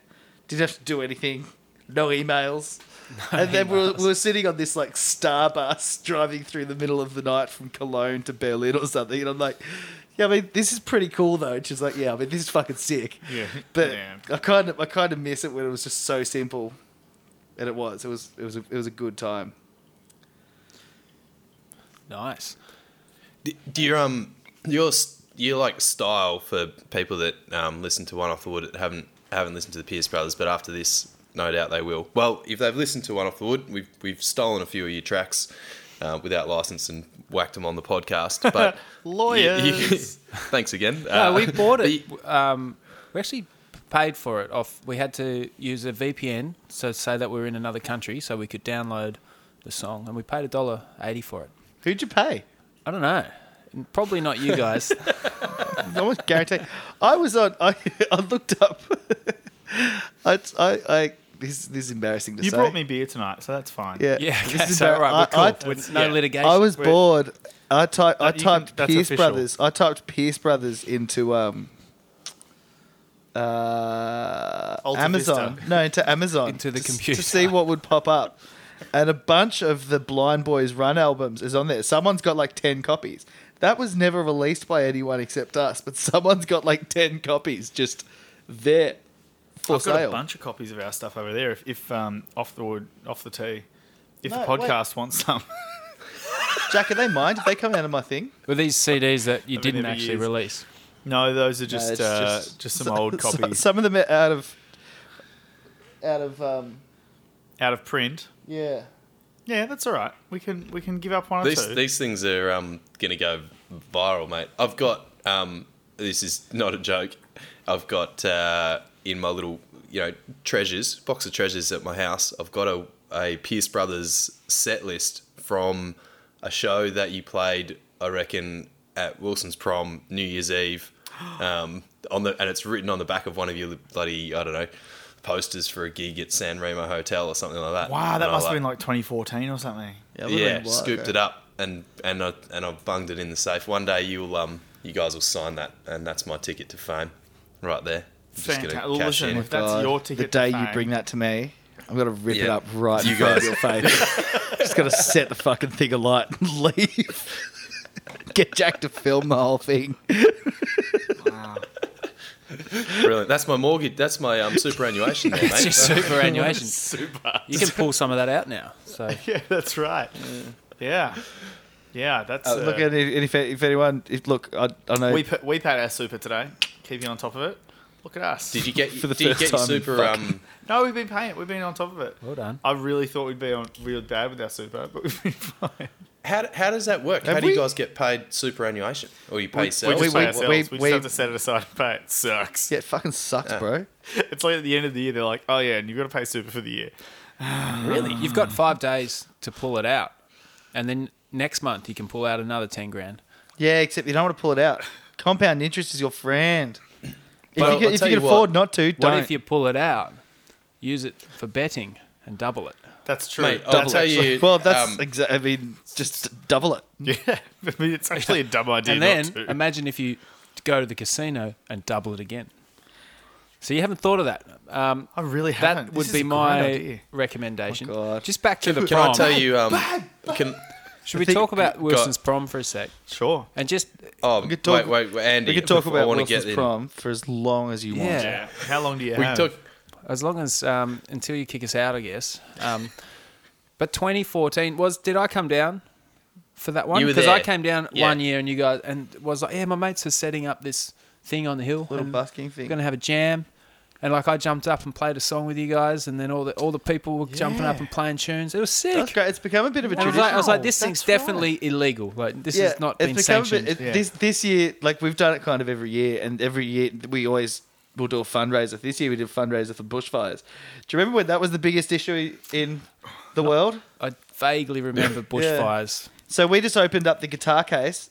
Speaker 1: Didn't have to do anything. No emails. and then we were, we were sitting on this like star bus driving through the middle of the night from Cologne to Berlin or something. And I'm like, yeah, I mean, this is pretty cool though. And she's like, yeah, I mean, this is fucking sick.
Speaker 4: Yeah.
Speaker 1: But
Speaker 4: Yeah.
Speaker 1: I kind of I kind of miss it when it was just so simple, and it was it was it was a, it was a good time.
Speaker 2: he? Nice.
Speaker 3: D- Do your um your s- your like style for people that um, listen to One Off the Wood that haven't haven't listened to the Pierce Brothers, but after this, no doubt they will. Well, if they've listened to One Off the Wood, we've we've stolen a few of your tracks uh, without license and whacked them on the podcast. But
Speaker 4: Lawyers.
Speaker 3: thanks again.
Speaker 2: No, we
Speaker 3: Uh,
Speaker 2: bought
Speaker 3: but
Speaker 2: it. Um, we actually paid for it off. We had to use a VPN, so say that we were in another country, so we could download the song, and we paid a dollar eighty for it.
Speaker 1: Who'd you pay?
Speaker 2: I don't know. Probably not you guys.
Speaker 1: I was guaranteed. I was on. I, I looked up. I, I, I this this is embarrassing to
Speaker 4: You
Speaker 1: say.
Speaker 4: brought me beer tonight, so that's fine.
Speaker 1: Yeah.
Speaker 2: yeah, okay,
Speaker 1: This is
Speaker 2: so all
Speaker 1: embar-
Speaker 2: right, we're cool.
Speaker 1: I, I,
Speaker 2: With no
Speaker 4: yeah.
Speaker 2: litigation.
Speaker 1: I was
Speaker 4: We're-
Speaker 1: bored. I, ty- I
Speaker 4: you can-
Speaker 1: typed
Speaker 4: that's
Speaker 1: Pierce
Speaker 4: official.
Speaker 1: Brothers. I typed Pierce Brothers into um, uh,
Speaker 4: Alta
Speaker 1: Amazon. No, into Amazon.
Speaker 2: Into the
Speaker 1: to s-
Speaker 2: computer.
Speaker 1: to see what would pop up. And a bunch of the Blind Boys Run albums is on there. Someone's got like ten copies, That was never released by anyone except us, but someone's got like 10 copies just there for
Speaker 4: I've got
Speaker 1: sale.
Speaker 4: a bunch of copies of our stuff over there. If, if um, off the wood, off the tee, if
Speaker 1: No,
Speaker 4: the
Speaker 1: wait.
Speaker 4: podcast wants some,
Speaker 1: Jack, do they mind if they come out of my thing?
Speaker 2: With these CDs that you
Speaker 4: I've
Speaker 2: didn't
Speaker 4: never
Speaker 2: actually
Speaker 4: used.
Speaker 2: release.
Speaker 4: no, those are
Speaker 1: No,
Speaker 4: just
Speaker 1: it's
Speaker 4: uh, just, some
Speaker 1: so-
Speaker 4: old
Speaker 1: so-
Speaker 4: copies
Speaker 1: some of them are out of out of um,
Speaker 4: out of print.
Speaker 1: yeah.
Speaker 4: Yeah, that's all right. We can we can give up one or
Speaker 3: These
Speaker 4: two.
Speaker 3: these things are um, gonna go viral, mate. I've got um, this is not a joke. I've got uh, in my little you know treasures box of treasures at my house. I've got a a Pierce Brothers set list from a show that you played. I reckon at Wilson's prom, New Year's Eve. Um, on the and it's written on the back of one of your bloody I don't know posters for a gig at San Remo Hotel or something like that.
Speaker 4: wow, that
Speaker 3: And I
Speaker 4: must have
Speaker 3: like-
Speaker 4: been like 2014 or something.
Speaker 1: it would've
Speaker 3: yeah,
Speaker 1: been wild,
Speaker 3: scooped
Speaker 1: okay.
Speaker 3: it up and and I and I bunged it in the safe. One day you'll um you guys will sign that, and that's my ticket to fame, right there. I'm just gonna
Speaker 4: Fantastic.
Speaker 3: cash
Speaker 4: Listen,
Speaker 3: in.
Speaker 4: if that's your ticket
Speaker 1: The
Speaker 4: to
Speaker 1: day
Speaker 4: fame.
Speaker 1: you bring that to me, I'm gonna rip it
Speaker 3: Yeah.
Speaker 1: up right
Speaker 3: You
Speaker 1: in front of
Speaker 3: guys-
Speaker 1: your face. Just gonna set the fucking thing alight and leave. Get Jack to film the whole thing.
Speaker 3: Brilliant. That's my mortgage. That's my um superannuation there,
Speaker 2: It's
Speaker 3: mate.
Speaker 2: just superannuation. You can pull some of that out now. So
Speaker 4: Yeah, that's right. Yeah, yeah, that's uh,
Speaker 1: look, and if, if, if anyone, if, look, I, I know
Speaker 4: we pa- we paid our super today. Keeping on top of it. Look at us.
Speaker 3: Did you get
Speaker 1: For the
Speaker 3: did you
Speaker 1: first
Speaker 3: get your
Speaker 1: time in
Speaker 3: super
Speaker 1: fucking-
Speaker 3: um
Speaker 4: No, we've been paying. it. We've been on top of it.
Speaker 2: well done.
Speaker 4: I really thought we'd be on real bad with our super, but we've been fine.
Speaker 3: how, how does that work? how
Speaker 1: Have
Speaker 3: do you
Speaker 1: we-
Speaker 3: guys get paid superannuation? Or you pay
Speaker 4: We, we
Speaker 3: yourself?
Speaker 4: just
Speaker 1: We-
Speaker 4: pay
Speaker 1: we-
Speaker 4: ourselves.
Speaker 1: we-
Speaker 4: We, just
Speaker 1: we-
Speaker 4: have to set it aside and pay. It sucks.
Speaker 1: yeah, it fucking sucks,
Speaker 3: Yeah.
Speaker 1: bro.
Speaker 4: It's like at the end of the year, they're like, "Oh yeah, and you've got to pay super for the year."
Speaker 2: Really? You've got five days to pull it out. And then next month you can pull out another 10 grand.
Speaker 1: Yeah, except you don't want to pull it out. Compound interest is your friend. If
Speaker 3: Well,
Speaker 1: you can,
Speaker 3: I'll
Speaker 1: if
Speaker 3: tell
Speaker 1: you can
Speaker 3: you what.
Speaker 1: afford not to,
Speaker 2: What
Speaker 1: don't.
Speaker 2: if you pull it out, use it for betting and double it?
Speaker 4: That's true.
Speaker 1: oh.
Speaker 3: Mate, I'll
Speaker 4: Double
Speaker 3: tell
Speaker 4: actually.
Speaker 3: you.
Speaker 1: well, that's
Speaker 3: um,
Speaker 1: exa- I mean, just double it.
Speaker 4: Yeah, I mean, it's actually a dumb idea.
Speaker 2: and
Speaker 4: not
Speaker 2: then
Speaker 4: to.
Speaker 2: imagine if you go to the casino and double it again. So you haven't thought of that. Um,
Speaker 4: I really haven't.
Speaker 2: that would
Speaker 4: This is
Speaker 2: be
Speaker 4: a great
Speaker 2: my
Speaker 4: idea.
Speaker 2: recommendation.
Speaker 1: Oh, God.
Speaker 2: Just back to the
Speaker 3: can I
Speaker 2: prom.
Speaker 3: tell you um can
Speaker 2: Should we
Speaker 1: I think-
Speaker 2: talk about Wilson's prom for a sec?
Speaker 4: Sure.
Speaker 2: And just
Speaker 3: oh
Speaker 1: could talk-
Speaker 3: wait, wait wait Andy
Speaker 1: We could talk
Speaker 3: I
Speaker 1: about
Speaker 3: want to
Speaker 1: Wilson's
Speaker 3: get in.
Speaker 1: prom for as long as you want.
Speaker 2: Yeah.
Speaker 4: Yeah. How long do you
Speaker 3: We
Speaker 4: have?
Speaker 3: took
Speaker 2: as long as um, until you kick us out, I guess. Um, but 2014 was. Did I come down for that one?
Speaker 3: You were
Speaker 2: Because I
Speaker 3: there.
Speaker 2: came down
Speaker 3: Yeah.
Speaker 2: one year, and you guys and was like, yeah, my mates are setting up this thing on the hill,
Speaker 1: Little
Speaker 2: and
Speaker 1: busking thing.
Speaker 2: we're gonna have a jam. And like I jumped up and played a song with you guys, and then all the all the people were jumping up
Speaker 4: Yeah.
Speaker 2: and playing tunes. It was
Speaker 1: That's
Speaker 2: sick.
Speaker 1: great. It's become a bit of a
Speaker 2: And I was
Speaker 1: tradition.
Speaker 2: like, I was like, this
Speaker 4: That's
Speaker 2: thing's definitely illegal. Like this has not
Speaker 1: it's
Speaker 2: been
Speaker 1: become a bit-
Speaker 2: sanctioned.
Speaker 1: it-
Speaker 4: Yeah.
Speaker 1: This this year, like we've done it kind of every year, and every year we always will do a fundraiser. This year we did a fundraiser for bushfires. Do you remember when that was the biggest issue in the world?
Speaker 2: I vaguely remember bushfires.
Speaker 1: So we just opened up the guitar case,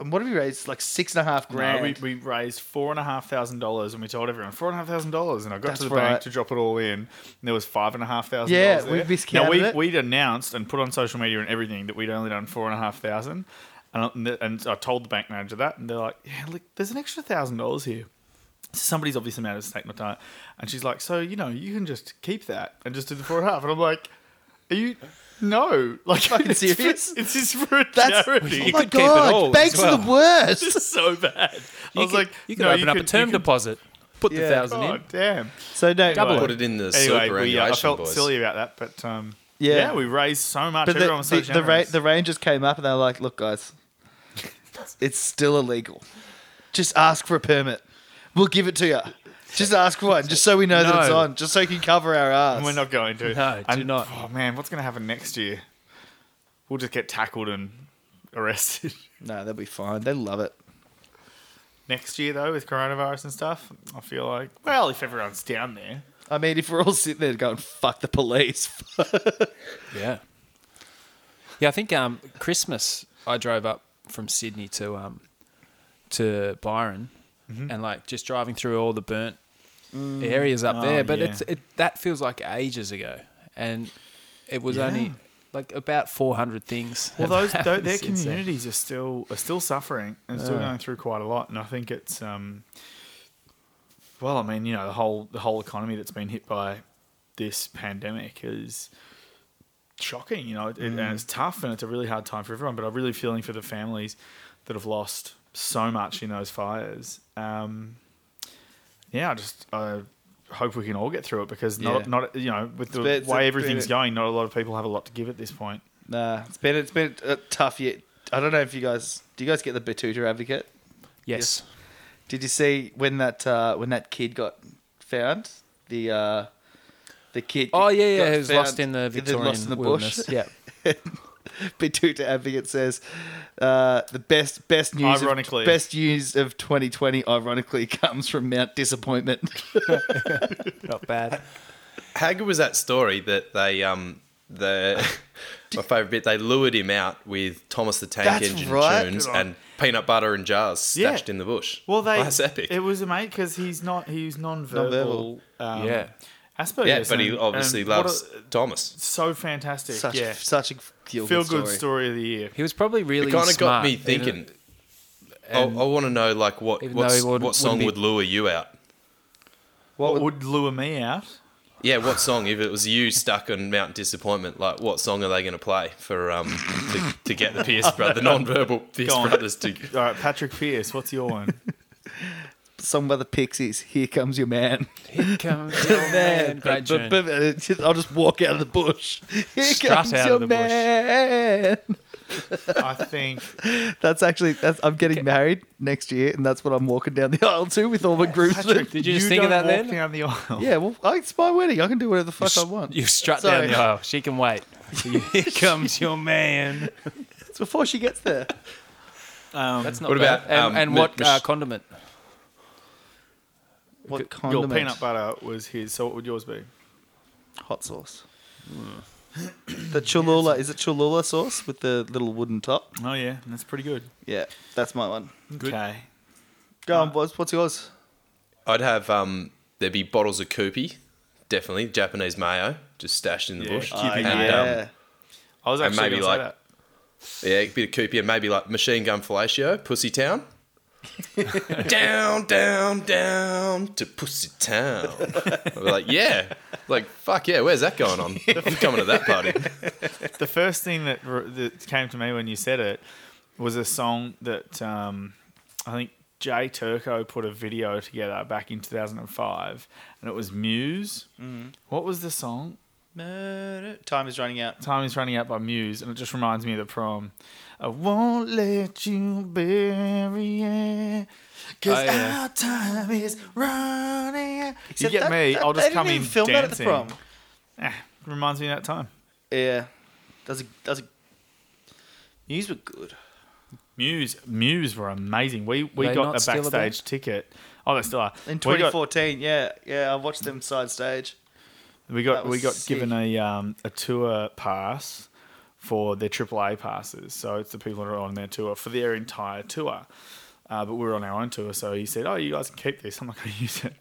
Speaker 1: and what did we raise? Like six and a half grand.
Speaker 4: No, we, we raised four and a half thousand dollars, and we told everyone four and a half thousand dollars, and I got
Speaker 1: That's
Speaker 4: to the
Speaker 1: right.
Speaker 4: bank to drop it all in. And there was five and a half thousand.
Speaker 1: Yeah,
Speaker 4: dollars there.
Speaker 1: we
Speaker 4: Now
Speaker 1: miscounted
Speaker 4: we
Speaker 1: it.
Speaker 4: we'd announced and put on social media and everything that we'd only done four and a half thousand, and I, and the- and I told the bank manager that, and they're like, "Yeah, look, there's an extra thousand dollars here." Somebody's obviously made a mistake, not done it. And she's like, "So you know, you can just keep that and just do the four and a half." And I'm like, "Are you?" No, like
Speaker 1: Fucking
Speaker 4: it's for-
Speaker 1: serious?
Speaker 4: It's just for a
Speaker 1: That's
Speaker 4: charity.
Speaker 1: oh
Speaker 2: You
Speaker 1: my
Speaker 2: could keep it
Speaker 1: God,
Speaker 2: all as
Speaker 1: Banks are the
Speaker 2: well.
Speaker 1: worst.
Speaker 4: so bad. I
Speaker 2: You
Speaker 4: was
Speaker 2: could,
Speaker 4: like,
Speaker 2: you could
Speaker 4: no,
Speaker 2: open up
Speaker 4: could-
Speaker 2: a term
Speaker 4: you could-
Speaker 2: deposit, put the
Speaker 1: Yeah.
Speaker 2: thousand
Speaker 4: Oh,
Speaker 2: in.
Speaker 4: damn.
Speaker 1: So no,
Speaker 2: Double
Speaker 3: put it in the
Speaker 4: Anyway, we,
Speaker 3: superannuation
Speaker 4: uh, I felt
Speaker 3: boys.
Speaker 4: silly about that, but um, yeah.
Speaker 1: Yeah.
Speaker 4: we raised so much.
Speaker 1: But the,
Speaker 4: Everyone was so
Speaker 1: the, the, ra-
Speaker 4: generous.
Speaker 1: the Rangers came up and they were like, look, guys, it's still illegal. Just ask for a permit. We'll give it to you. Just ask for one, just so we know that it's
Speaker 2: No.
Speaker 1: on, just so you can cover our ass.
Speaker 4: And we're not going to.
Speaker 2: No, do
Speaker 4: And-
Speaker 2: not.
Speaker 4: Oh man, what's going to happen next year? We'll just get tackled and arrested.
Speaker 1: No, they'll be fine. They love it.
Speaker 4: next year though, with coronavirus and stuff, I feel like well, if everyone's down there,
Speaker 1: I mean, if we're all sitting there going, fuck the police.
Speaker 2: Yeah. Yeah, I think um, Christmas I drove up from Sydney to um, to Byron and like just driving through all the burnt areas up
Speaker 4: Oh,
Speaker 2: there, but
Speaker 4: yeah.
Speaker 2: it's it that feels like ages ago. And it was only like about 400 things. have
Speaker 4: well, those tho-
Speaker 2: happened
Speaker 4: their
Speaker 2: since then.
Speaker 4: communities are still are still suffering and still going through quite a lot, and I think it's um, well, I mean, you know, the whole the whole economy that's been hit by this pandemic is
Speaker 1: Mm.
Speaker 4: shocking. You know, it, and it's tough and it's a really hard time for everyone. But I'm really feeling for the families that have lost so much in those fires. Um, yeah, I just I hope we can all get through it because not
Speaker 1: Yeah.
Speaker 4: not you know with the
Speaker 1: a bit- it's
Speaker 4: way
Speaker 1: a
Speaker 4: everything's
Speaker 1: bit-
Speaker 4: going, not a lot of people have a lot to give at this point.
Speaker 1: Nah, it's been it's been a tough year. I don't know if you guys do. You guys get the Batuta advocate?
Speaker 2: Yes.
Speaker 1: Did you see when that uh, when that kid got found? The uh, the kid.
Speaker 2: Oh yeah, yeah.
Speaker 1: got
Speaker 2: He was
Speaker 1: found-
Speaker 2: lost in the
Speaker 1: he was
Speaker 2: Victorian
Speaker 1: lost in the
Speaker 2: wilderness.
Speaker 1: bush.
Speaker 2: Yeah.
Speaker 1: Batuta advocate says uh, the best best news
Speaker 4: Ironically.
Speaker 1: of, best news of 2020 ironically comes from Mount Disappointment.
Speaker 2: Not bad.
Speaker 3: How good was that story that they um the my favorite bit they lured him out with Thomas the Tank
Speaker 1: That's
Speaker 3: Engine
Speaker 1: right.
Speaker 3: tunes
Speaker 4: Good on-
Speaker 3: and peanut butter and jars
Speaker 4: Yeah.
Speaker 3: stashed in the bush.
Speaker 4: Well, they
Speaker 3: that's epic.
Speaker 4: It was a mate because he's not he's non-verbal.
Speaker 1: Non-verbal.
Speaker 4: Um,
Speaker 2: Yeah.
Speaker 4: Asperger's.
Speaker 3: yeah, but he
Speaker 4: and-
Speaker 3: obviously
Speaker 4: and what
Speaker 3: loves
Speaker 4: a-
Speaker 3: Thomas.
Speaker 4: so fantastic.
Speaker 1: such
Speaker 4: yeah,
Speaker 1: such a feel
Speaker 4: feel
Speaker 1: good
Speaker 4: good
Speaker 1: story.
Speaker 4: story. of the year.
Speaker 2: He was probably really
Speaker 3: it kind of got
Speaker 2: smart,
Speaker 3: me
Speaker 2: you know.
Speaker 3: thinking. I,
Speaker 2: and-
Speaker 3: I want to know like what
Speaker 2: Even
Speaker 3: what's,
Speaker 2: though he would-
Speaker 3: what song
Speaker 2: wouldn't be-
Speaker 3: would lure you out.
Speaker 4: What would, lure me out?
Speaker 3: Yeah, what song? If it was you stuck on Mount Disappointment, like what song are they going to play for um to, to get the Pierce brother, the non-verbal Pierce
Speaker 4: Go on.
Speaker 3: brothers to?
Speaker 4: All right, Patrick Pierce. What's your one?
Speaker 1: Song by the Pixies. Here comes your man.
Speaker 2: Here comes your man. Great
Speaker 1: But-
Speaker 2: tune.
Speaker 1: but- but it's just- I'll just walk out of the bush. Here
Speaker 2: Strut
Speaker 1: comes
Speaker 2: out of
Speaker 1: your
Speaker 2: the bush.
Speaker 1: man.
Speaker 4: I think
Speaker 1: That's actually that's. I'm getting married next year, and that's what I'm walking down the aisle to with all my groups.
Speaker 4: Patrick.
Speaker 2: Did you just think of
Speaker 4: don't
Speaker 2: that
Speaker 4: walk
Speaker 2: then?
Speaker 4: Down the aisle.
Speaker 1: yeah, well, I- it's my wedding. I can do whatever the fuck I want.
Speaker 2: You strut
Speaker 1: Sorry.
Speaker 2: down the aisle. She can wait. Here comes your man.
Speaker 1: It's before she gets there.
Speaker 4: Um,
Speaker 2: That's not
Speaker 3: What
Speaker 2: bad.
Speaker 3: about,
Speaker 2: and,
Speaker 3: um,
Speaker 2: and
Speaker 3: mi-
Speaker 2: what
Speaker 3: mis-
Speaker 2: uh, condiment?
Speaker 1: What
Speaker 4: your
Speaker 1: condiment?
Speaker 4: peanut butter was his. So what would yours be?
Speaker 1: Hot sauce. Mm. the Cholula is it Cholula sauce with the little wooden top?
Speaker 4: Oh yeah, that's pretty good.
Speaker 1: Yeah, that's my one.
Speaker 4: Okay.
Speaker 1: Go on, boys. What's yours?
Speaker 3: I'd have um there'd be bottles of Koopy, definitely Japanese mayo, just stashed in the
Speaker 4: Yeah,
Speaker 3: bush.
Speaker 4: Koopy,
Speaker 3: and,
Speaker 1: yeah.
Speaker 3: Um,
Speaker 4: I was
Speaker 3: And
Speaker 4: actually
Speaker 3: maybe like-
Speaker 4: going to say that.
Speaker 3: Yeah, a bit of Koopy and maybe like Machine Gun Fellatio, Pussy Town. down, down, down to Pussy Town. I'd be like, yeah. Like, fuck yeah, where's that going on? I'm coming to that party.
Speaker 4: The first thing that, r- that came to me when you said it was a song that um, I think Jay Turco put a video together back in 2005, and it was Muse. What was the song?
Speaker 1: Time is running out.
Speaker 4: Time is running out by Muse, and it just reminds me of the prom. I won't let you bury it, cause
Speaker 2: Oh, yeah.
Speaker 4: our time is running out. You
Speaker 1: Except
Speaker 4: get
Speaker 1: that-
Speaker 4: me?
Speaker 1: that-
Speaker 4: I'll
Speaker 1: they
Speaker 4: just
Speaker 1: didn't
Speaker 4: come in
Speaker 1: even film that at the
Speaker 4: dancing.
Speaker 1: prom.
Speaker 4: Eh, reminds me of that time.
Speaker 1: Yeah, that's a that's a. News were good.
Speaker 4: Muse, Muse were amazing. We we
Speaker 2: They
Speaker 4: got
Speaker 2: not
Speaker 4: a
Speaker 2: still a band?
Speaker 4: backstage ticket. Oh, they still are.
Speaker 1: In
Speaker 4: we got
Speaker 1: 2014, yeah, yeah, I watched them side stage.
Speaker 4: we got,
Speaker 1: that
Speaker 4: we
Speaker 1: was
Speaker 4: got
Speaker 1: sick.
Speaker 4: given a um, a tour pass for their AAA passes. So it's the people that are on their tour for their entire tour. Uh, but we were on our own tour, so he said, "Oh, you guys can keep this. I'm not going to use it."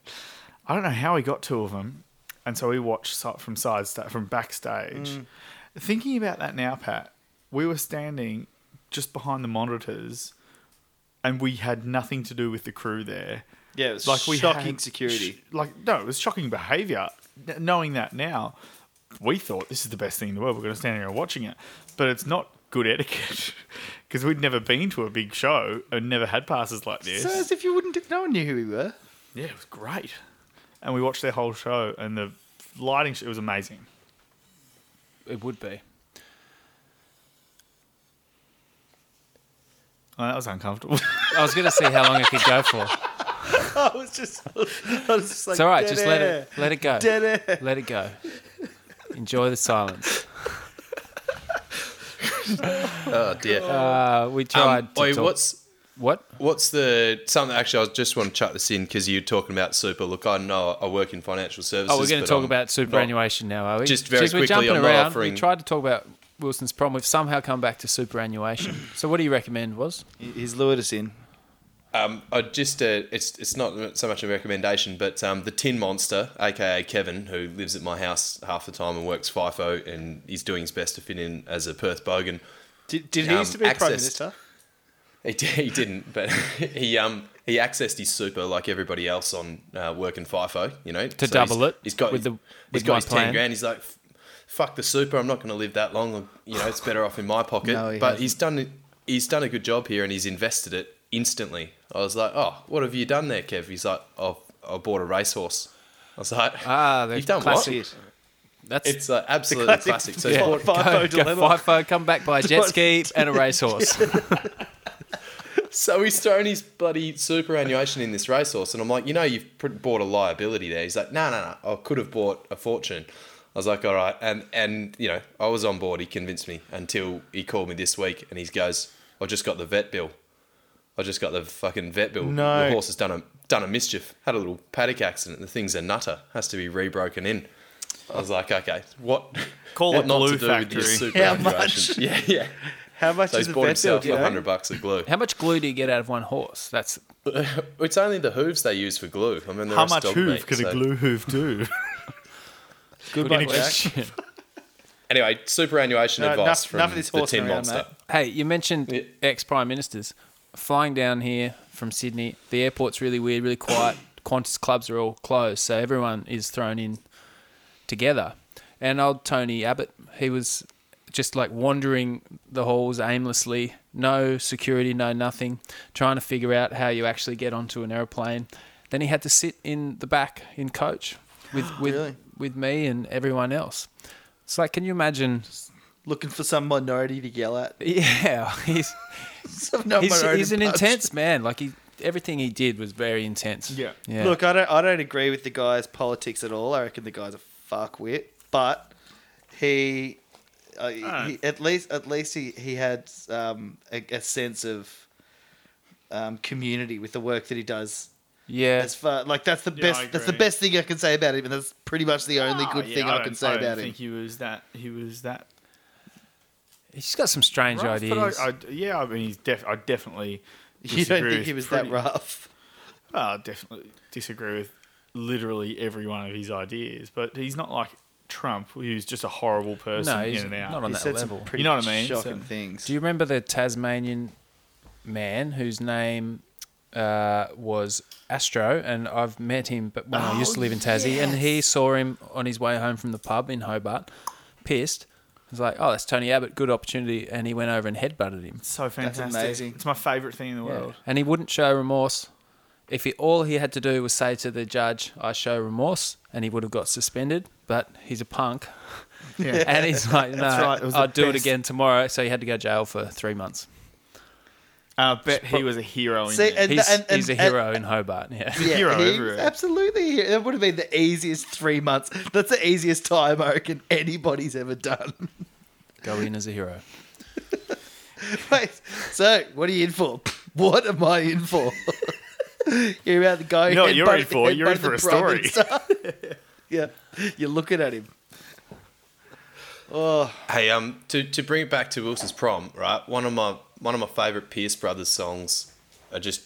Speaker 4: I don't know how he got two of them, and so we watched si- from side sta- from backstage.
Speaker 1: Mm.
Speaker 4: Thinking about that now, Pat, we were standing just behind the monitors, and we had nothing to do with the crew there.
Speaker 1: Yeah, it was
Speaker 4: like we
Speaker 1: shocking
Speaker 4: had-
Speaker 1: security.
Speaker 4: sh- like no, it was shocking behaviour. N- knowing that now, we thought this is the best thing in the world. We're going to stand here and watching it, but it's not good etiquette because we'd never been to a big show and never had passes like this.
Speaker 1: So as if you wouldn't, no one knew who we were.
Speaker 4: yeah, it was great, and we watched their whole show and the lighting. sh- It was amazing.
Speaker 2: It would be.
Speaker 4: Oh, that was uncomfortable.
Speaker 2: I was going to see how long it could go for.
Speaker 1: I was just, I was just like,
Speaker 2: It's all right.
Speaker 1: dead
Speaker 2: Just let
Speaker 1: air,
Speaker 2: it let it go.
Speaker 1: Dead air.
Speaker 2: Let it go. Enjoy the silence.
Speaker 3: Oh, dear.
Speaker 2: Uh, we
Speaker 3: Um,
Speaker 2: tried. to
Speaker 3: oi,
Speaker 2: talk-
Speaker 3: what's
Speaker 2: what?
Speaker 3: What's the something? Actually, I just want to chuck this in because you're talking about super. Look, I know I work in financial services.
Speaker 2: Oh, we're going to
Speaker 3: but
Speaker 2: talk
Speaker 3: I'm
Speaker 2: about superannuation now, are we?
Speaker 3: Just very
Speaker 2: Jeez, we're
Speaker 3: quickly,
Speaker 2: jumping
Speaker 3: I'm not
Speaker 2: around.
Speaker 3: offering-
Speaker 2: We tried to talk about Wilson's prom. We've somehow come back to superannuation. so, what do you recommend? Was
Speaker 1: He's lured us in.
Speaker 3: Not, um, I just uh, it's it's not so much a recommendation, but um, the Tin Monster, aka Kevin, who lives at my house half the time and works FIFO, and he's doing his best to fit in as a Perth bogan.
Speaker 1: Did, did he
Speaker 3: Um,
Speaker 1: used to be a prime
Speaker 3: accessed-
Speaker 1: minister?
Speaker 3: He, d- he didn't, but he um he accessed his super like everybody else on uh, work and FIFO. You know, to
Speaker 2: double it
Speaker 3: He's got
Speaker 2: with the-
Speaker 3: he's
Speaker 2: with
Speaker 3: got
Speaker 2: my
Speaker 3: his ten
Speaker 2: plan.
Speaker 3: grand. He's like, "F- fuck the super. I'm not going to live that long. You know, it's better off in my pocket.
Speaker 1: No, he
Speaker 3: but
Speaker 1: hasn't.
Speaker 3: he's done it. he's done a good job here and he's invested it instantly. I was like, oh, what have you done there, Kev? He's like, oh, I bought a racehorse. I was like,
Speaker 2: Ah, the
Speaker 3: you've done
Speaker 2: classic.
Speaker 3: what?
Speaker 2: That's
Speaker 3: It's uh, absolutely classic. So
Speaker 2: yeah.
Speaker 3: it's bought-
Speaker 2: Go,
Speaker 1: FIFO
Speaker 2: go
Speaker 1: dilemma.
Speaker 2: FIFO, come back by a jet ski and a racehorse.
Speaker 3: So he's thrown his bloody superannuation in this racehorse, and I'm like, you know, you've pr- bought a liability there. He's like, no, no, no, I could have bought a fortune. I was like, all right, and and you know, I was on board. He convinced me until he called me this week, and he goes, I just got the vet bill. I just got the fucking vet bill.
Speaker 1: No.
Speaker 3: the horse has done a done a mischief. Had a little paddock accident. The thing's a nutter. Has to be rebroken in. I was like, okay, what?
Speaker 4: Call
Speaker 3: what
Speaker 4: it
Speaker 3: not
Speaker 4: Glue
Speaker 3: to do with your
Speaker 4: Factory.
Speaker 1: How much?
Speaker 3: superannuation? Yeah, yeah.
Speaker 1: How much
Speaker 3: So
Speaker 1: is the
Speaker 3: he's bought
Speaker 1: vet bill?
Speaker 3: himself
Speaker 1: do you
Speaker 3: a
Speaker 1: know?
Speaker 3: hundred bucks of glue.
Speaker 2: How much glue do you get out of one horse? That's
Speaker 3: It's only the hooves they use for glue. I mean, the
Speaker 4: How
Speaker 3: rest
Speaker 4: much
Speaker 3: dog
Speaker 4: hoof
Speaker 3: meat,
Speaker 4: could
Speaker 3: so-
Speaker 4: a glue hoof do?
Speaker 1: Good
Speaker 4: Any
Speaker 1: luck, Jack.
Speaker 3: Anyway, superannuation
Speaker 1: No,
Speaker 3: advice
Speaker 1: enough-
Speaker 3: from
Speaker 1: enough of this
Speaker 3: the
Speaker 1: horsing
Speaker 3: Tin
Speaker 1: around,
Speaker 3: Monster.
Speaker 1: mate.
Speaker 2: Hey, you mentioned
Speaker 3: Yeah.
Speaker 2: ex prime ministers flying down here from Sydney. The airport's really weird, really quiet. Qantas clubs are all closed, so everyone is thrown in together. And old Tony Abbott, he was just like wandering the halls aimlessly, no security, no nothing, trying to figure out how you actually get onto an aeroplane. Then he had to sit in the back in coach with with
Speaker 1: Really?
Speaker 2: with me and everyone else. It's like, can you imagine?
Speaker 1: Looking for some minority to yell at.
Speaker 2: Yeah, he's
Speaker 1: Some non-
Speaker 2: he's,
Speaker 1: minority
Speaker 2: he's an
Speaker 1: punch.
Speaker 2: intense man. Like he, everything he did was very intense.
Speaker 4: Yeah.
Speaker 2: yeah.
Speaker 1: Look, I don't I don't agree with the guy's politics at all. I reckon the guy's a fuckwit, but he, uh, he at least at least he he had um, a, a sense of um, community with the work that he does.
Speaker 2: yeah,
Speaker 1: As far like that's the
Speaker 4: Yeah, I
Speaker 1: best that's the
Speaker 4: agree.
Speaker 1: best thing I can say about him, and that's pretty much the only
Speaker 4: Ah,
Speaker 1: good
Speaker 4: yeah,
Speaker 1: thing I,
Speaker 4: don't-
Speaker 1: can say
Speaker 4: I don't
Speaker 1: about him.
Speaker 4: think he was that. He was that.
Speaker 2: he's got some strange
Speaker 4: rough, but I-
Speaker 2: ideas.
Speaker 4: I, yeah, I mean, he's def- I definitely.
Speaker 1: you don't
Speaker 4: disagree
Speaker 1: think
Speaker 4: with
Speaker 1: he was
Speaker 4: pretty-
Speaker 1: that rough?
Speaker 4: Well, I definitely disagree with literally every one of his ideas, but he's not like Trump, who's just a horrible person
Speaker 2: no, he's
Speaker 4: in and out.
Speaker 2: not on
Speaker 1: he
Speaker 2: that
Speaker 1: said
Speaker 2: level.
Speaker 1: some pretty
Speaker 4: know what I mean?
Speaker 1: shocking
Speaker 4: So-
Speaker 1: things.
Speaker 2: Do you remember the Tasmanian man whose name uh, was Astro? And I've met him, but when I used
Speaker 4: Oh,
Speaker 2: to live in Tassie, and he saw him on his way home from the pub in Hobart, pissed. He was like, "Oh, that's Tony Abbott. Good opportunity." And he went over and headbutted him.
Speaker 4: so fantastic.
Speaker 1: amazing.
Speaker 4: It's my favorite thing in the
Speaker 2: Yeah.
Speaker 4: world.
Speaker 2: And he wouldn't show remorse. If he, all he had to do was say to the judge, "I show remorse," and he would have got suspended. But he's a punk,
Speaker 4: Yeah.
Speaker 2: and he's like, "No,
Speaker 4: right, it was the
Speaker 2: I'll do it
Speaker 4: best."
Speaker 2: again tomorrow." So he had to go to jail for three months.
Speaker 4: I Uh, bet he was a hero in
Speaker 1: See,
Speaker 4: there.
Speaker 1: and,
Speaker 2: He's,
Speaker 1: and, and,
Speaker 2: he's a
Speaker 1: and-
Speaker 2: hero in Hobart. Yeah,
Speaker 1: Yeah,
Speaker 4: hero
Speaker 1: he-
Speaker 4: everywhere.
Speaker 1: Absolutely. That would have been the easiest three months. That's the easiest time I reckon anybody's ever done.
Speaker 2: go in as a hero.
Speaker 1: Wait, so, what are you in for? What am I in for? you're about the guy.
Speaker 4: You know what
Speaker 1: who
Speaker 4: you're in
Speaker 1: headbutted-
Speaker 4: for? You're in
Speaker 1: headbutted
Speaker 4: for
Speaker 1: the
Speaker 4: a story.
Speaker 1: province. yeah, you're looking at him. Oh,
Speaker 3: Hey, um, to, to bring it back to Wilson's prom, right? One of my one of my favorite Pierce Brothers songs. I just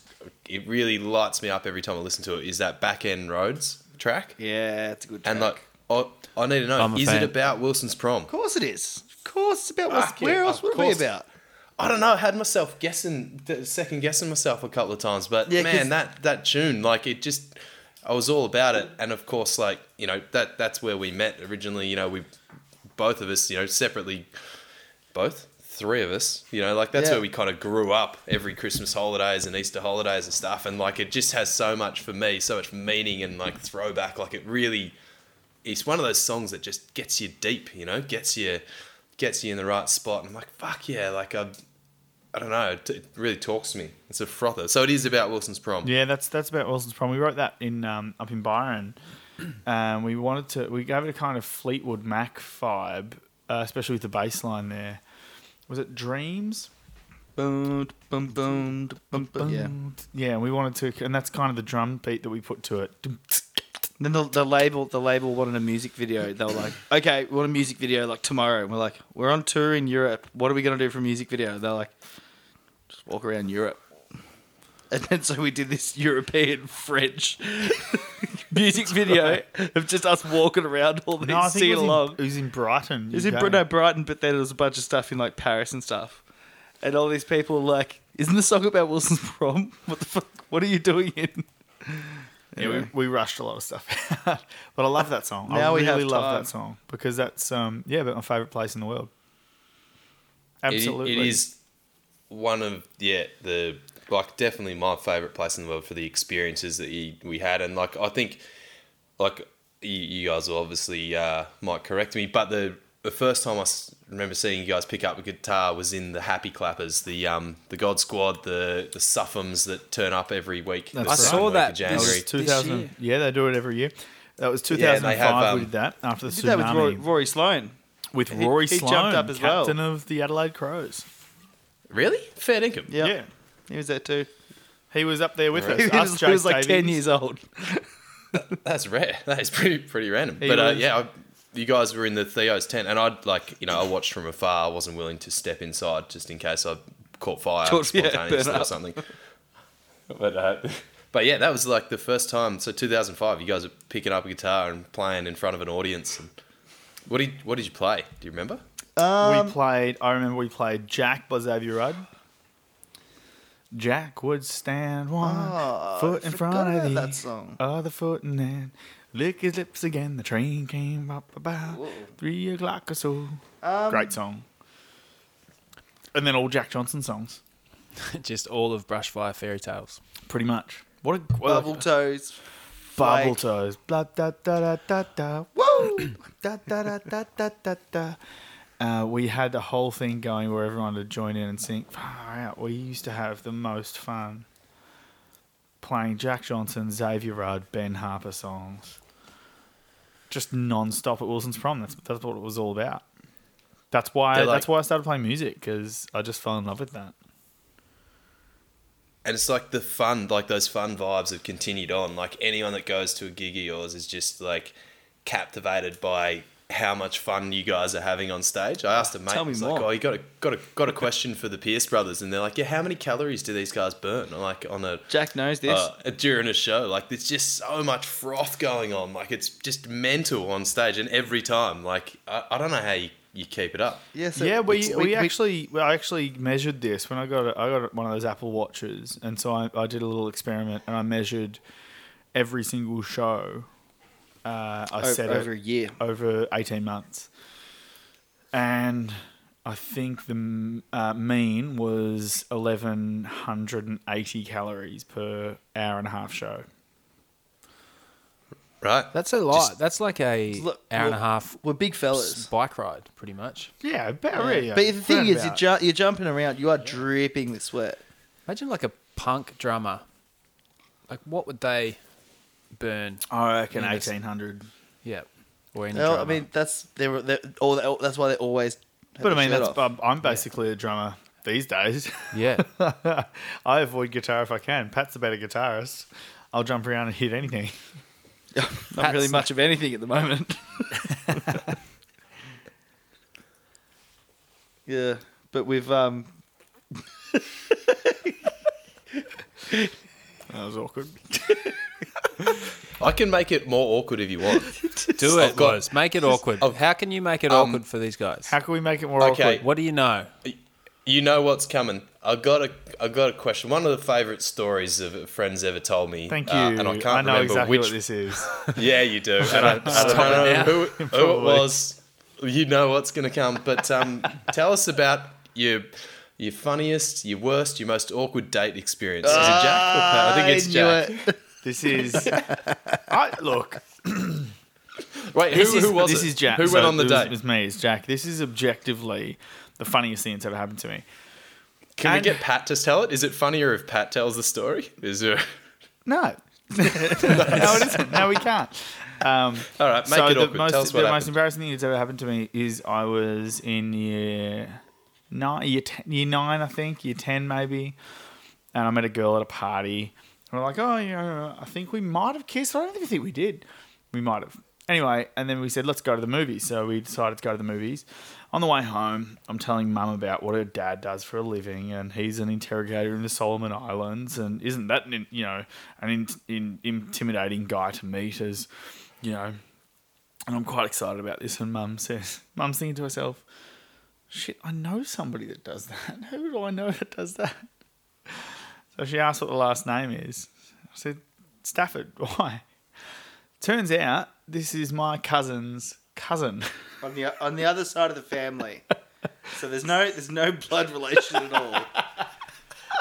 Speaker 3: it really lights me up every time I listen to it. Is that Back End Roads track?
Speaker 1: yeah, it's a good.
Speaker 3: And
Speaker 1: track.
Speaker 3: like, I, I need to
Speaker 2: I'm
Speaker 3: know,
Speaker 2: a
Speaker 3: is
Speaker 2: fan.
Speaker 3: it about Wilson's prom?
Speaker 1: of course it is. Of course, it's about
Speaker 3: Fuck
Speaker 1: where
Speaker 3: yeah,
Speaker 1: else
Speaker 3: of
Speaker 1: would it be
Speaker 3: course.
Speaker 1: about?
Speaker 3: I don't know. I had myself guessing, second guessing myself a couple of times, but
Speaker 1: Yeah, 'cause-
Speaker 3: man, that that tune, like it just, I was all about it. And of course, like you know, that that's where we met originally. You know, we both of us, you know, separately, both three of us, you know, like that's
Speaker 1: Yeah.
Speaker 3: where we kind of grew up. Every Christmas holidays and Easter holidays and stuff, and like it just has so much for me, so much meaning and like throwback. Like it really, it's one of those songs that just gets you deep, you know, gets you, gets you in the right spot. And I'm like, fuck yeah, like I, I don't know, it, it really talks to me. It's a frother. So it is about Wilson's prom.
Speaker 4: Yeah, that's that's about Wilson's problem. We wrote that in um, up in Byron. Um, we wanted to we gave it a kind of Fleetwood Mac vibe, uh, especially with the bass line there. Was it Dreams?
Speaker 1: Boom, boom, boom, boom, boom. Yeah.
Speaker 4: yeah. We wanted to, and that's kind of the drum beat that we put to it.
Speaker 1: Then the, the label the label wanted a music video. They were like, "Okay, we want a music video like tomorrow." And we're like, "We're on tour in Europe. What are we gonna do for a music video?" They're like, "Just walk around Europe." And then so we did this European French music video of just us walking around all these
Speaker 4: No, I think
Speaker 1: sing
Speaker 4: it was,
Speaker 1: along.
Speaker 4: in, it was in Brighton.
Speaker 1: It was in
Speaker 4: UK.
Speaker 1: Br- no, Brighton, but then there was a bunch of stuff in like Paris and stuff, and all these people were like, "Isn't the song about Wilson's prom? What the fuck? What are you doing in?"
Speaker 4: Yeah, we, we rushed a lot of stuff out. but I love that song. I
Speaker 1: Now we
Speaker 4: really
Speaker 1: have
Speaker 4: love
Speaker 1: time.
Speaker 4: that song because that's um yeah, but my favorite place in the world.
Speaker 3: It-
Speaker 4: Absolutely.
Speaker 3: it is one of yeah the like definitely my favorite place in the world for the experiences that you, we had, and like I think like you, you guys will obviously uh, might correct me, but the the first time I s- remember seeing you guys pick up a guitar was in the Happy Clappers, the um the God Squad, the the Suffums that turn up every week. the
Speaker 4: That's
Speaker 2: I
Speaker 4: right.
Speaker 3: second
Speaker 2: saw
Speaker 3: week
Speaker 2: that
Speaker 3: of
Speaker 4: That was
Speaker 2: This-
Speaker 3: January.
Speaker 2: this
Speaker 4: 2000.
Speaker 2: year.
Speaker 4: Yeah, they do it every year. That was
Speaker 3: Yeah,
Speaker 4: 2005.
Speaker 3: they have,
Speaker 4: we
Speaker 3: um,
Speaker 4: did that after the
Speaker 1: Did
Speaker 4: tsunami.
Speaker 1: that with Rory, Rory Sloan.
Speaker 4: with
Speaker 1: He-
Speaker 4: Rory
Speaker 1: he
Speaker 4: Sloan,
Speaker 1: jumped up as well.
Speaker 4: captain of the Adelaide Crows.
Speaker 3: Really? Fair dinkum.
Speaker 1: Yeah.
Speaker 4: Yeah,
Speaker 1: He was there too.
Speaker 4: he was up there with
Speaker 1: He
Speaker 4: us. us
Speaker 1: was, he was
Speaker 4: Jake
Speaker 1: like 10
Speaker 4: Davies.
Speaker 1: years old.
Speaker 3: That's rare. That is pretty pretty random.
Speaker 4: He
Speaker 3: but uh,
Speaker 4: was-
Speaker 3: yeah, I, you guys were in the Theo's tent, and I'd like you know I watched from afar. I wasn't willing to step inside just in case I caught fire
Speaker 1: Caught- yeah,
Speaker 3: spontaneously
Speaker 1: burn
Speaker 3: or
Speaker 1: up.
Speaker 3: something. but uh, but yeah, that was like the first time. So 2005, you guys were picking up a guitar and playing in front of an audience. And what did what did you play? Do you remember?
Speaker 4: we
Speaker 1: Um,
Speaker 4: played. I remember we played Jack by Xavier Rudd. Jack would stand one
Speaker 1: Oh, I
Speaker 4: foot in
Speaker 1: forgot
Speaker 4: front
Speaker 1: about
Speaker 4: of the
Speaker 1: that song.
Speaker 4: other foot, and then lick his lips again. The train came up about
Speaker 1: Whoa.
Speaker 4: three o'clock or so.
Speaker 1: um,
Speaker 4: Great song. And then all Jack Johnson songs,
Speaker 2: Just all of Brushfire Fairy Tales.
Speaker 4: pretty much. What a what a-
Speaker 1: Bubble Toes.
Speaker 4: Bubble
Speaker 1: Like-
Speaker 4: toes. Blah, da, da, da, da, da.
Speaker 1: Woo!
Speaker 4: da, da, da, da, da, da, da. Uh, we had the whole thing going where everyone would join in and sing. Far out. We used to have the most fun playing Jack Johnson, Xavier Rudd, Ben Harper songs. Just non-stop at Wilson's Prom. That's, that's what it was all about. That's why
Speaker 3: They're like-
Speaker 4: that's why I started playing music because I just fell in love with that.
Speaker 3: And it's like the fun, like those fun vibes have continued on. Like anyone that goes to a gig of yours is just like captivated by how much fun you guys are having on stage. I asked a mate,
Speaker 1: Tell me
Speaker 3: it's like,
Speaker 1: more.
Speaker 3: "Oh, you got a got a got a question for the Pierce brothers?" And they're like, "Yeah, how many calories do these guys burn?" Like on a
Speaker 1: Jack knows this.
Speaker 3: uh, during a show, like there's just so much froth going on. Like it's just mental on stage, and every time, like I, I don't know how you, you keep it up.
Speaker 1: yeah, so
Speaker 4: yeah, we,
Speaker 1: it's-
Speaker 4: we, actually well, I actually measured this when I got a, I got one of those Apple watches, and so I, I did a little experiment and I measured every single show. Uh, I
Speaker 1: o-
Speaker 4: said
Speaker 1: over a year.
Speaker 4: over eighteen months, and I think the m- uh, mean was eleven hundred and eighty calories per hour and a half show.
Speaker 3: Right?
Speaker 2: That's a lot. That's like a
Speaker 1: Look,
Speaker 2: hour and a
Speaker 1: we're-
Speaker 2: half
Speaker 1: We're big fellas.
Speaker 2: s- bike ride, pretty much.
Speaker 4: Yeah, about
Speaker 1: Yeah.
Speaker 4: right, yeah.
Speaker 1: But the thing is, you're,
Speaker 4: Roundabout.
Speaker 1: ju- you're jumping around. You are dripping with sweat.
Speaker 2: Imagine like a punk drummer. Like what would they burn?
Speaker 4: I reckon
Speaker 2: Yeah, that's-
Speaker 4: eighteen hundred.
Speaker 2: Yeah. Or any
Speaker 1: No, I
Speaker 2: drummer.
Speaker 1: mean that's they're, they're all. They're, that's why they always. have
Speaker 4: But
Speaker 1: their
Speaker 4: I mean,
Speaker 1: shirt
Speaker 4: that's
Speaker 1: off.
Speaker 4: I'm- I'm basically a drummer these days.
Speaker 2: yeah.
Speaker 4: I avoid guitar if I can. Pat's a better guitarist. I'll jump around and hit anything.
Speaker 1: not really
Speaker 2: Pat's-
Speaker 1: much of anything at the moment. yeah, but we've um
Speaker 4: That was awkward.
Speaker 3: I can make it more awkward if you want.
Speaker 2: Do it,
Speaker 3: I've got-
Speaker 2: Loz. Make it awkward.
Speaker 3: I've-
Speaker 2: How can you make it
Speaker 3: um,
Speaker 2: awkward for these guys?
Speaker 4: How can we make it more
Speaker 3: Okay.
Speaker 4: awkward?
Speaker 2: what do you know?
Speaker 3: You know what's coming. I got a I got a question. One of the favourite stories of friends ever told me.
Speaker 4: Thank you.
Speaker 3: uh, and I can't
Speaker 4: know
Speaker 3: remember
Speaker 4: exactly
Speaker 3: which.
Speaker 4: what this is.
Speaker 3: Yeah, you do. And I, I don't know who, who it
Speaker 4: Probably.
Speaker 3: was. You know what's going to come. But um, tell us about your your funniest, your worst, your most awkward date experience. Is it Jack or Pat? I think it's Jack.
Speaker 1: knew it.
Speaker 4: This is. I, look,
Speaker 3: Wait,
Speaker 4: this
Speaker 3: who,
Speaker 4: is,
Speaker 3: who was
Speaker 4: this
Speaker 3: it?
Speaker 4: is Jack.
Speaker 3: Who
Speaker 4: So
Speaker 3: went on the
Speaker 4: it was-
Speaker 3: date?
Speaker 4: It was me. It's Jack. This is objectively the funniest thing that's ever happened to me.
Speaker 3: Can we
Speaker 4: and-
Speaker 3: get Pat to tell it? Is it funnier if Pat tells the story? Is there...
Speaker 4: No. no, it isn't. No, we can't. Um,
Speaker 3: All right, make
Speaker 4: so
Speaker 3: it
Speaker 4: the
Speaker 3: awkward.
Speaker 4: most,
Speaker 3: tell us
Speaker 4: the
Speaker 3: what
Speaker 4: most
Speaker 3: happened.
Speaker 4: embarrassing thing that's ever happened to me is I was in year nine, year, ten, year nine, I think, year ten maybe, and I met a girl at a party. And we're like, oh, you know, I think we might have kissed. I don't even think we did. We might have. Anyway, and then we said, let's go to the movies. So we decided to go to the movies. On the way home, I'm telling mum about what her dad does for a living, and he's an interrogator in the Solomon Islands, and isn't that, an in- you know, an in, in, intimidating guy to meet as, you know, and I'm quite excited about this. And Mum says, Mum's thinking to herself, shit, I know somebody that does that. Who do I know that does that? So she asks what the last name is. I said, Stafford, why? Turns out this is my cousin's cousin.
Speaker 1: on the on the other side of the family. So there's no there's no blood relation at all.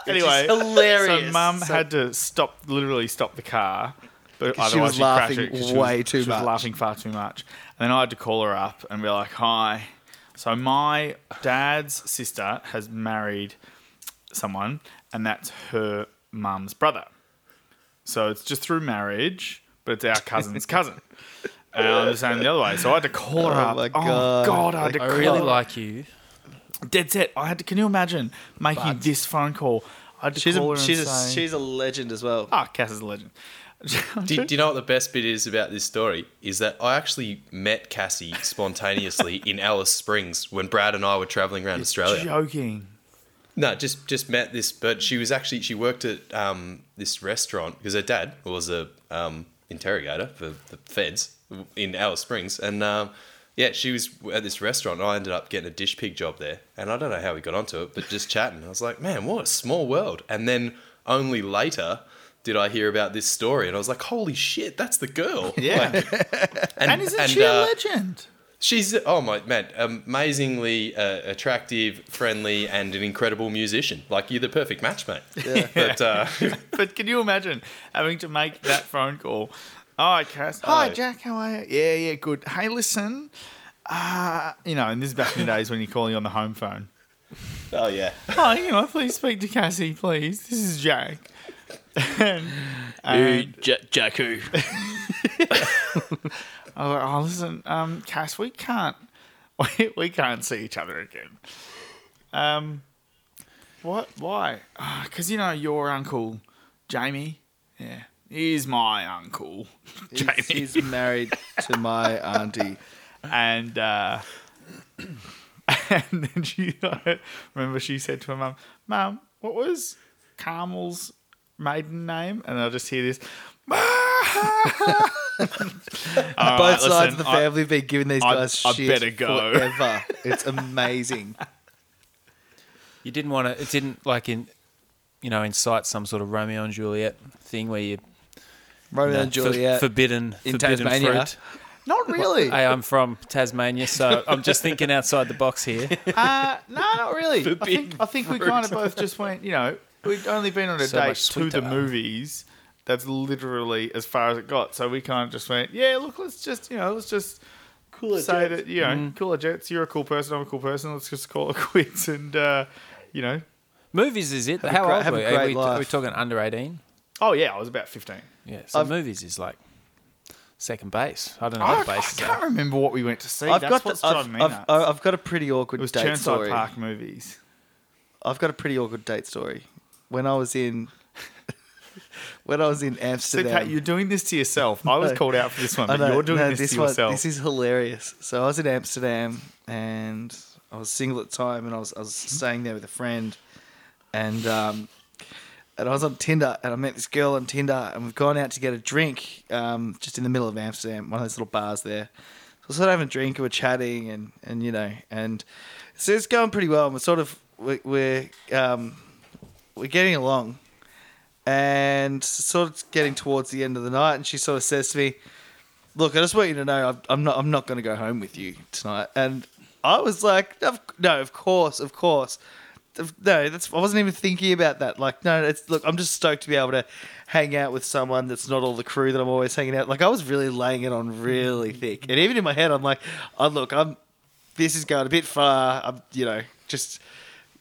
Speaker 4: anyway,
Speaker 1: hilarious.
Speaker 4: So mum
Speaker 1: So-
Speaker 4: had to stop, literally stop the car. But
Speaker 1: 'Cause she
Speaker 4: otherwise
Speaker 1: was
Speaker 4: she'd crash
Speaker 1: laughing
Speaker 4: it
Speaker 1: way
Speaker 4: 'cause she was,
Speaker 1: too
Speaker 4: she
Speaker 1: much.
Speaker 4: was laughing far too much. And then I had to call her up and be like, "Hi, so my dad's sister has married someone, and that's her mum's brother. So it's just through marriage, but it's our cousin's cousin." And I'm the same the other way. So I had to call her
Speaker 1: Oh
Speaker 4: up.
Speaker 1: my
Speaker 4: Oh
Speaker 1: God.
Speaker 4: God, I had to
Speaker 2: I
Speaker 4: call
Speaker 2: really
Speaker 4: her
Speaker 2: like you.
Speaker 4: dead set. I had to. Can you imagine making this phone call? I had to
Speaker 1: She's
Speaker 4: call
Speaker 1: a
Speaker 4: her
Speaker 1: she's
Speaker 4: and
Speaker 1: a
Speaker 4: say,
Speaker 1: she's a legend as well.
Speaker 4: "Ah, Cass is a legend."
Speaker 3: Do, do you know what the best bit is about this story? Is that I actually met Cassie spontaneously in Alice Springs when Brad and I were traveling around Australia.
Speaker 4: Joking.
Speaker 3: No, just just met this, but she was actually she worked at um, this restaurant because her dad was a um, interrogator for the feds in Alice Springs, and um, yeah, she was at this restaurant. And I ended up getting a dish pig job there, and I don't know how we got onto it, but just chatting, I was like, man, what a small world. And then only later did I hear about this story, and I was like, holy shit, that's the girl.
Speaker 4: Yeah.
Speaker 3: Like,
Speaker 4: and isn't she a
Speaker 3: uh,
Speaker 4: legend?
Speaker 3: She's oh my man, amazingly uh, attractive, friendly, and an incredible musician. Like you're the perfect match, mate. But uh,
Speaker 4: But can you imagine having to make that phone call? Hi, Cass. Hi,
Speaker 3: Hi.
Speaker 4: Jack. How are you? Yeah, yeah, good. Hey, listen. Uh, you know, and this is back in the days when you're calling on the home phone.
Speaker 3: oh yeah,
Speaker 4: Hi, you know, please speak to Cassie, please. This is Jack. and, and
Speaker 5: Jacku.
Speaker 4: I was like, oh, listen, um, Cass, we can't, we, we can't see each other again. Um, what? Why? Because you know your uncle, Jamie. Yeah, he's my uncle, Jamie,
Speaker 1: He's, he's married to my auntie.
Speaker 4: and uh, and then she remember she said to her mum, "Mum, what was Carmel's maiden name?" And I just hear this.
Speaker 1: Both sides of the
Speaker 4: listen, I-
Speaker 1: family have been giving these
Speaker 4: I-
Speaker 1: guys
Speaker 4: I
Speaker 1: shit
Speaker 4: better go.
Speaker 1: forever. It's amazing.
Speaker 2: You didn't want to. It didn't like in, you know, incite some sort of Romeo and Juliet thing where you
Speaker 1: Romeo
Speaker 2: you know,
Speaker 1: and Juliet.
Speaker 2: for, forbidden
Speaker 1: in
Speaker 2: forbidden
Speaker 1: Tasmania.
Speaker 2: fruit.
Speaker 1: Not really.
Speaker 2: Hey, I'm from Tasmania, so I'm just thinking outside the box here.
Speaker 4: Uh, no, not really. I think,
Speaker 3: being
Speaker 4: I think we
Speaker 3: fruit.
Speaker 4: kind of both just went, you know, we'd only been on a
Speaker 2: So
Speaker 4: date
Speaker 2: much
Speaker 4: to the
Speaker 2: sweeter.
Speaker 4: movies. That's literally as far as it got. So we kind of just went, yeah, look, let's just, you know, let's just say that, you know,
Speaker 2: Mm-hmm.
Speaker 4: cooler jets, you're a cool person, I'm a cool person. Let's just call it quits and, uh, you know.
Speaker 2: Movies is it?
Speaker 1: a
Speaker 2: How
Speaker 1: great-
Speaker 2: old
Speaker 1: have a
Speaker 2: were you?
Speaker 1: great
Speaker 2: Are we, are we
Speaker 1: life.
Speaker 2: talking under 18?
Speaker 4: Oh, yeah, I was about 15.
Speaker 2: Yeah. So
Speaker 1: I've- Oh,
Speaker 2: movies is like second base. I don't know
Speaker 4: I,
Speaker 2: what
Speaker 4: I
Speaker 2: base is.
Speaker 4: can't remember what we went to see.
Speaker 1: I've
Speaker 4: That's
Speaker 1: got the,
Speaker 4: what's driving
Speaker 1: I've,
Speaker 4: me
Speaker 1: I've,
Speaker 4: nuts.
Speaker 1: I've got a pretty
Speaker 4: it
Speaker 1: awkward
Speaker 4: was
Speaker 1: date
Speaker 4: Churnside
Speaker 1: story.
Speaker 4: Park movies.
Speaker 1: I've got a pretty awkward date story. When I was in when I was in
Speaker 4: So,
Speaker 1: Amsterdam.
Speaker 4: Kate, you're doing this to yourself. I was
Speaker 1: No.
Speaker 4: called out for this one,
Speaker 1: I
Speaker 4: but
Speaker 1: know,
Speaker 4: you're doing
Speaker 1: no,
Speaker 4: this, to
Speaker 1: one-
Speaker 4: yourself.
Speaker 1: This is hilarious. So I was in Amsterdam and I was single at the time, and I was I was
Speaker 4: Mm-hmm.
Speaker 1: staying there with a friend, and um, and I was on Tinder, and I met this girl on Tinder, and we've gone out to get a drink, um, just in the middle of Amsterdam, one of those little bars there. So we're sort of having a drink, and we're chatting, and and you know, and so it's going pretty well, and we're sort of we- we're um, we're getting along. And sort of getting towards the end of the night, and she sort of says to me, look, I just want you to know I'm, I'm not I'm not going to go home with you tonight. And I was like, of, no, of course, of course. Of- No, that's I wasn't even thinking about that. Like, no, it's look, I'm just stoked to be able to hang out with someone that's not all the crew that I'm always hanging out. Like, I was really laying it on
Speaker 4: Mm.
Speaker 1: really thick, and even in my head, I'm like, oh look, I'm this is going a bit far. I'm you know just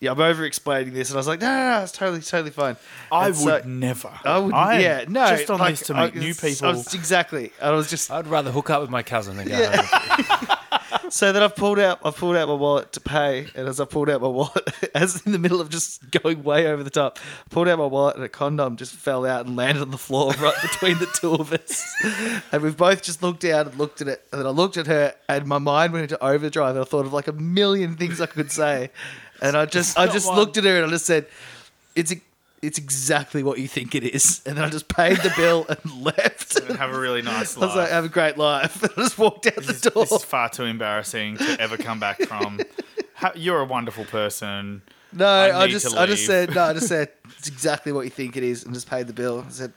Speaker 1: yeah, I'm over explaining this, and I was like, no, no, no, it's totally totally fine.
Speaker 4: I
Speaker 1: And
Speaker 4: would
Speaker 1: so-
Speaker 4: never.
Speaker 1: I would,
Speaker 4: am
Speaker 1: yeah, no,
Speaker 4: Just on
Speaker 1: like,
Speaker 4: this to
Speaker 1: I-
Speaker 4: meet new
Speaker 1: I
Speaker 4: people.
Speaker 1: was- exactly. I was just
Speaker 2: I'd rather hook up with my cousin than go home.
Speaker 1: So then I've pulled out, I've pulled out my wallet to pay, and as I pulled out my wallet, as in the middle of just going way over the top, I pulled out my wallet and a condom just fell out and landed on the floor right between the two of us, and we've both just looked down and looked at it, and then I looked at her, and my mind went into overdrive, and I thought of like a million things I could say, and I just, I just looked at her and I just said, "It's." It's exactly what you think it is, and then I just paid the bill and left.
Speaker 4: and have a really nice
Speaker 1: I
Speaker 4: life.
Speaker 1: was like, "Have a great life," and I just walked out
Speaker 4: this,
Speaker 1: the
Speaker 4: is,
Speaker 1: door.
Speaker 4: this is far too embarrassing to ever come back from. How, you're a wonderful person.
Speaker 1: No,
Speaker 4: I
Speaker 1: I,
Speaker 4: need
Speaker 1: just
Speaker 4: to
Speaker 1: I just
Speaker 4: leave.
Speaker 1: said no, I just said it's exactly what you think it is and just paid the bill. I said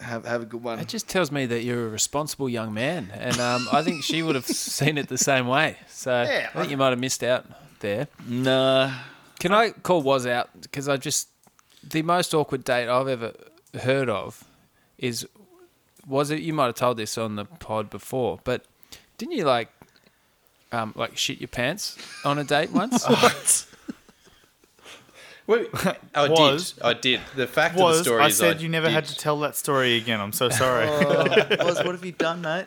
Speaker 1: have have a good one.
Speaker 2: It just tells me that you're a responsible young man, and um, I think she would have seen it the same way. So
Speaker 1: Yeah.
Speaker 2: I think you might have missed out there.
Speaker 1: Nah.
Speaker 2: Can I call Was out because I just the most awkward date I've ever heard of is was it you might have told this on the pod before, but didn't you like um like shit your pants on a date once?
Speaker 3: Wait, I
Speaker 4: Was-
Speaker 3: did. I did. The fact of
Speaker 4: was
Speaker 3: the story
Speaker 4: I
Speaker 3: is
Speaker 4: said
Speaker 3: I
Speaker 4: you never
Speaker 3: did.
Speaker 4: had to tell that story again. I'm so sorry.
Speaker 1: Oz, what have you done, mate?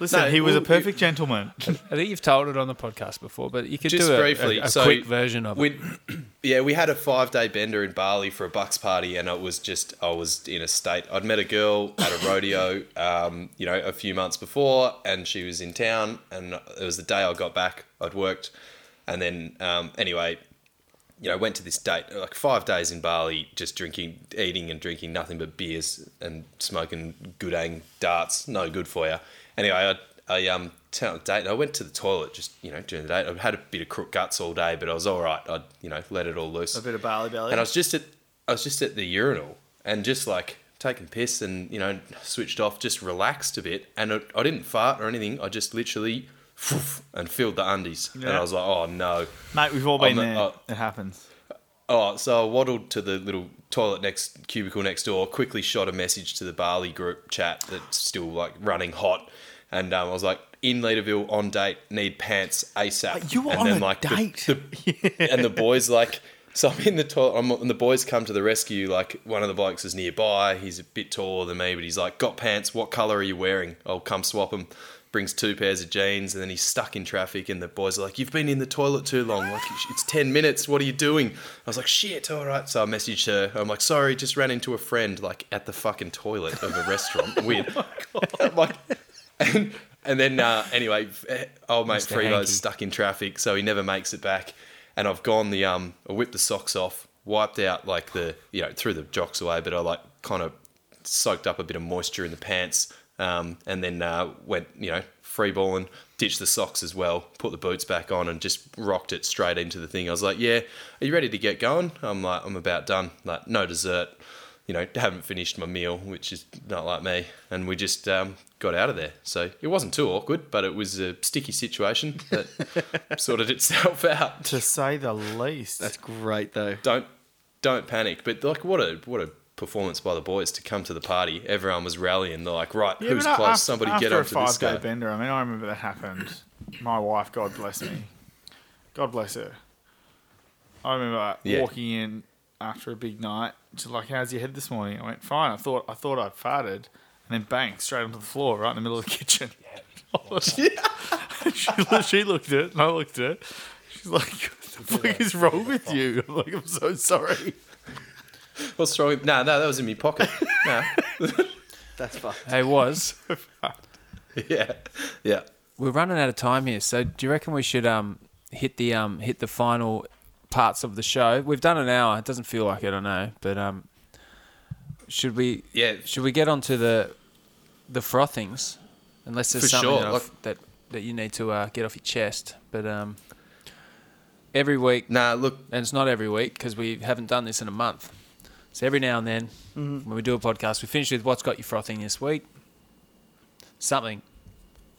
Speaker 4: Listen,
Speaker 3: No,
Speaker 4: he was
Speaker 3: well,
Speaker 4: a perfect gentleman.
Speaker 2: I think you've told it on the podcast before, but you could
Speaker 3: Just
Speaker 2: do a,
Speaker 3: briefly,
Speaker 2: a, a
Speaker 3: so
Speaker 2: quick version of it.
Speaker 3: We, yeah, we had a five day bender in Bali for a bucks party, and it was just I was in a state. I'd met a girl at a rodeo, um, you know, a few months before, and she was in town. And it was the day I got back. I'd worked, and then um, anyway, you know, went to this date like five days in Bali, just drinking, eating, and drinking nothing but beers and smoking goodang darts. No good for you. Anyway, I, I um turned on the date and I went to the toilet just you know during the date. I've had a bit of crook guts all day, but I was all right. I you know let it all loose.
Speaker 1: A bit of barley belly.
Speaker 3: And I was just at I was just at the urinal and just like taking piss and you know switched off, just relaxed a bit, and it, I didn't fart or anything. I just literally. poof, And filled the undies, and
Speaker 4: Yeah.
Speaker 3: I was like, "Oh no!"
Speaker 4: Mate, we've all been
Speaker 3: I'm
Speaker 4: there.
Speaker 3: a-
Speaker 4: it happens.
Speaker 3: Oh, so I waddled to the little toilet next cubicle next door. Quickly shot a message to the Barley group chat that's still like running hot, and um, I was like, "In Leaderville on date, need pants ASAP."
Speaker 4: Like, you were
Speaker 3: and
Speaker 4: on a
Speaker 3: the-
Speaker 4: date.
Speaker 3: the- and the boys like, so I'm in the toilet, I'm, and the boys come to the rescue. Like one of the blokes is nearby. He's a bit taller than me, but he's like, "Got pants? What color are you wearing? I'll come swap them." Brings two pairs of jeans, and then he's stuck in traffic. And the boys are like, "You've been in the toilet too long. Like it's ten minutes. What are you doing?" I was like, "Shit, all right." So I messaged her. I'm like, "Sorry, just ran into a friend like at the fucking toilet of a restaurant. Weird." I'm like, and, and then uh, anyway, eh, old mate
Speaker 2: Mr.
Speaker 3: Fredo's
Speaker 2: Hanky.
Speaker 3: stuck in traffic, so he never makes it back. And I've gone the um, I whipped the socks off, wiped out like the you know threw the jocks away, but I like kind of soaked up a bit of moisture in the pants, um, and then uh, went you know free balling, ditched the socks as well, put the boots back on, and just rocked it straight into the thing. I was like, yeah, are you ready to get going? I'm like, I'm about done. Like no dessert you know, haven't finished my meal, which is not like me. And we just um, got out of there. So it wasn't too awkward, but it was a sticky situation that sorted itself out.
Speaker 4: To say the least.
Speaker 1: That's great though.
Speaker 3: Don't don't panic. But like, what a what a performance by the boys to come to the party. Everyone was rallying. They're like, right,
Speaker 4: Yeah,
Speaker 3: who's
Speaker 4: but a-
Speaker 3: close?
Speaker 4: after-
Speaker 3: Somebody
Speaker 4: after
Speaker 3: get
Speaker 4: a
Speaker 3: up to
Speaker 4: five
Speaker 3: this
Speaker 4: day
Speaker 3: guy.
Speaker 4: bender. I mean, I remember that happened. My wife, God bless me, God bless her. I remember
Speaker 3: Yeah.
Speaker 4: walking in after a big night. She's like, "How's your head this morning?" I went, "Fine." I thought I thought I'd farted, and then bang, straight onto the floor, right in the middle of the kitchen. she, loo- she looked at it, and I looked at it. She's like, "What the fuck is wrong with you?" I'm like, "I'm so sorry."
Speaker 3: What's wrong? with- Nah, no, that was in my pocket. nah.
Speaker 1: That's fucked.
Speaker 2: Hey, was
Speaker 3: Yeah, yeah.
Speaker 2: we're running out of time here, so do you reckon we should um hit the um hit the final parts of the show? We've done an hour. It doesn't feel like it, I know, but um should we
Speaker 3: Yeah.
Speaker 2: should we get on to the the frothings? Unless there's
Speaker 3: For
Speaker 2: something
Speaker 3: sure,
Speaker 2: that, I've-
Speaker 3: like-
Speaker 2: that that you need to uh, get off your chest, but um every week
Speaker 3: Nah, look,
Speaker 2: and it's not every week because we haven't done this in a month. So every now and then, when we do a podcast, we finish with what's got you frothing this week. Something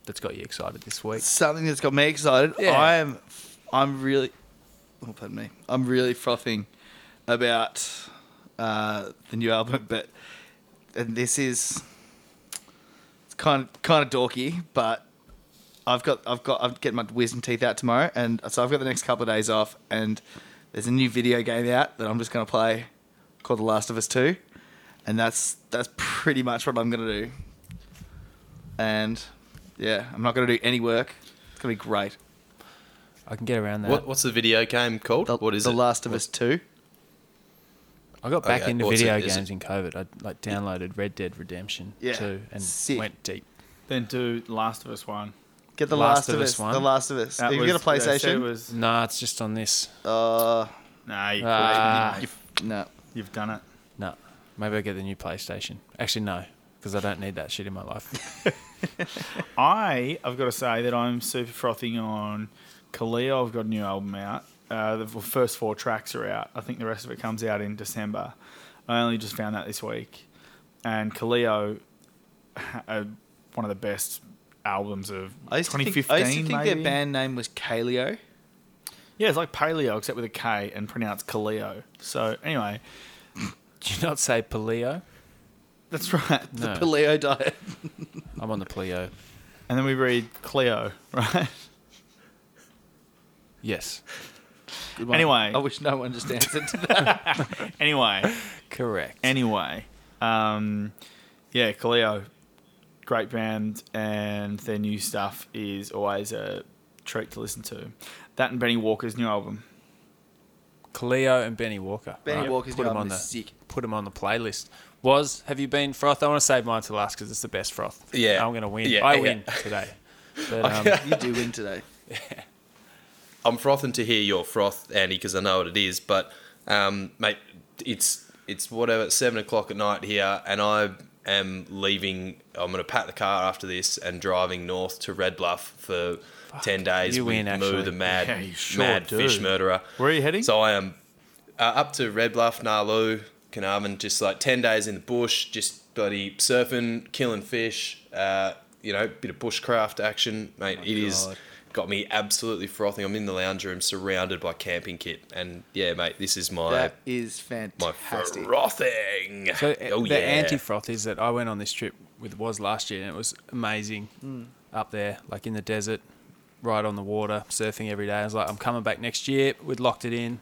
Speaker 2: that's got you excited this week.
Speaker 1: Something that's got me excited.
Speaker 2: Yeah.
Speaker 1: I am. I'm really. Oh, pardon me. I'm really frothing about uh, the new album, but and this is it's kind of kind of dorky, but I've got I've got I'm getting my wisdom teeth out tomorrow, and so I've got the next couple of days off, and there's a new video game out that I'm just gonna play called The Last of Us Two, and that's that's pretty much what I'm gonna do, and yeah, I'm not gonna do any work. It's gonna be great.
Speaker 2: I can get around that.
Speaker 3: what, what's the video game called?
Speaker 1: The,
Speaker 3: what is
Speaker 1: The
Speaker 3: it?
Speaker 1: Last of Us Two?
Speaker 2: I got back
Speaker 3: Okay,
Speaker 2: into
Speaker 3: what's
Speaker 2: video
Speaker 3: it- is
Speaker 2: games in COVID. I like downloaded Red Dead Redemption
Speaker 1: Yeah,
Speaker 2: 2 and
Speaker 1: sick.
Speaker 2: went deep.
Speaker 4: Then do Last of Us one.
Speaker 1: Get The Last, of Us.
Speaker 2: one.
Speaker 1: The Last of Us.
Speaker 4: That
Speaker 1: you
Speaker 4: was-
Speaker 1: get a
Speaker 4: they said it
Speaker 1: PlayStation?
Speaker 4: was-
Speaker 2: Nah, it's just on this.
Speaker 1: Uh,
Speaker 4: Nah, you
Speaker 2: Ah.
Speaker 4: you've,
Speaker 1: no.
Speaker 4: you've done it.
Speaker 2: No, maybe I get the new PlayStation. Actually, no, because I don't need that shit in my life.
Speaker 4: I have got to say that I'm super frothing on Kalia. I've got a new album out. Uh, the f- first four tracks are out. I think the rest of it comes out in December. I only just found that this week. And Kaleo, ha- uh, one of the best albums of
Speaker 1: I used, to think,
Speaker 4: 2015.
Speaker 1: I used to think
Speaker 4: maybe.
Speaker 1: their band name was Kaleo.
Speaker 4: Yeah, it's like paleo except with a K and pronounced Kaleo. So anyway,
Speaker 2: Do you not say paleo?
Speaker 4: that's right.
Speaker 2: No,
Speaker 1: Paleo diet.
Speaker 2: I'm on the paleo.
Speaker 4: And then we read Cleo, right?
Speaker 2: Yes.
Speaker 1: Good one.
Speaker 4: Anyway.
Speaker 1: I wish no one just answered to that.
Speaker 4: anyway,
Speaker 2: Correct.
Speaker 4: anyway, um, yeah, Cleo, great band, and their new stuff is always a treat to listen to. That and Benny Walker's new album.
Speaker 2: Cleo and Benny Walker.
Speaker 1: Benny
Speaker 2: Right,
Speaker 1: Walker's
Speaker 2: put
Speaker 1: new
Speaker 2: 'em
Speaker 1: album
Speaker 2: on
Speaker 1: is
Speaker 2: the-
Speaker 1: sick.
Speaker 2: Put them on the playlist. Was have you been froth? I want to save mine to last because it's the best froth.
Speaker 3: Yeah.
Speaker 2: I'm gonna win.
Speaker 3: Yeah,
Speaker 2: I
Speaker 3: yeah.
Speaker 2: win today. But, um,
Speaker 1: You do win today.
Speaker 3: I'm frothing to hear your froth, Andy, because I know what it is. But um, mate, it's it's whatever seven o'clock at night here, and I am leaving. I'm gonna pack the car after this and driving north to Red Bluff for ten days.
Speaker 2: you
Speaker 3: with
Speaker 2: win,
Speaker 3: Moo
Speaker 2: actually.
Speaker 3: the mad
Speaker 4: Yeah, you sure
Speaker 3: mad
Speaker 4: do.
Speaker 3: fish murderer.
Speaker 4: Where are you heading?
Speaker 3: So I am uh, up to Red Bluff, Nalu, Carnarvon, just like 10 days in the bush, just bloody surfing, killing fish, uh, you know, bit of bushcraft action. Mate,
Speaker 2: Oh
Speaker 3: It is
Speaker 1: God.
Speaker 3: got me absolutely frothing. I'm in the lounge room surrounded by camping kit. And yeah, mate, this is my
Speaker 1: That is
Speaker 3: my
Speaker 1: fantastic.
Speaker 3: frothing.
Speaker 2: so uh,
Speaker 3: oh,
Speaker 2: the
Speaker 3: yeah.
Speaker 2: anti froth is that I went on this trip with was last year and it was amazing up there, like in the desert, right on the water, surfing every day. I was like, I'm coming back next year. We'd locked it in,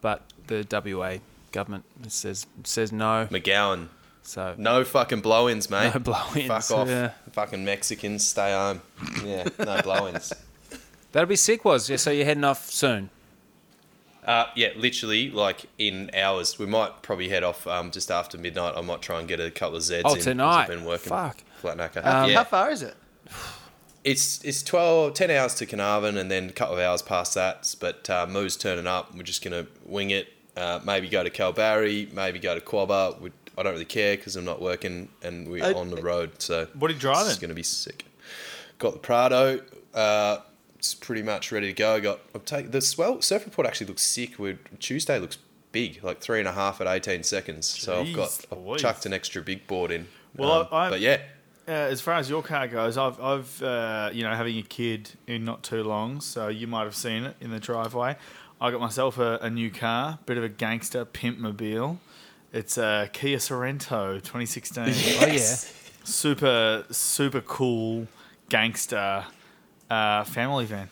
Speaker 2: but the WA government says says no.
Speaker 3: McGowan.
Speaker 2: So
Speaker 3: No fucking blow ins, mate.
Speaker 2: No blow-ins,
Speaker 3: Fuck off.
Speaker 2: yeah.
Speaker 3: Fucking Mexicans, stay home. Yeah, no blow ins.
Speaker 2: that'll be sick. Was yeah. So you're heading off soon.
Speaker 3: Uh, yeah, literally, like in hours. We might probably head off um, just after midnight. I might try and get a couple of Zeds
Speaker 2: Oh,
Speaker 3: in 'cause
Speaker 2: tonight.
Speaker 3: I've been working.
Speaker 2: Fuck. Um,
Speaker 3: Flat knacker.
Speaker 1: Um, How,
Speaker 3: yeah.
Speaker 1: how far is it?
Speaker 3: It's it's 12, 10 hours to Carnarvon and then a couple of hours past that. But uh, Moo's turning up. We're just going to wing it. Uh, maybe go to Kalbarri. Maybe go to Quabba. We, I don't really care because I'm not working and we're
Speaker 1: Uh,
Speaker 3: on the road. So
Speaker 4: Oh, eh, What are you
Speaker 3: It's
Speaker 4: driving?
Speaker 3: going to be sick. Got the Prado. Uh, it's pretty much ready to go. Got I'm taking the swell surf report actually looks sick. We Tuesday looks big, like three and a half at eighteen seconds. so I've got
Speaker 4: Jeez
Speaker 3: I've
Speaker 4: Louise.
Speaker 3: chucked an extra big board in.
Speaker 4: Well,
Speaker 3: Um,
Speaker 4: I- I-
Speaker 3: but yeah,
Speaker 4: Uh, as far as your car goes, I've, I've uh, you know, having a kid in not too long, so you might have seen it in the driveway. I got myself a, a new car, bit of a gangster pimp mobile. It's a Kia Sorento 2016. super, super cool gangster uh, family van.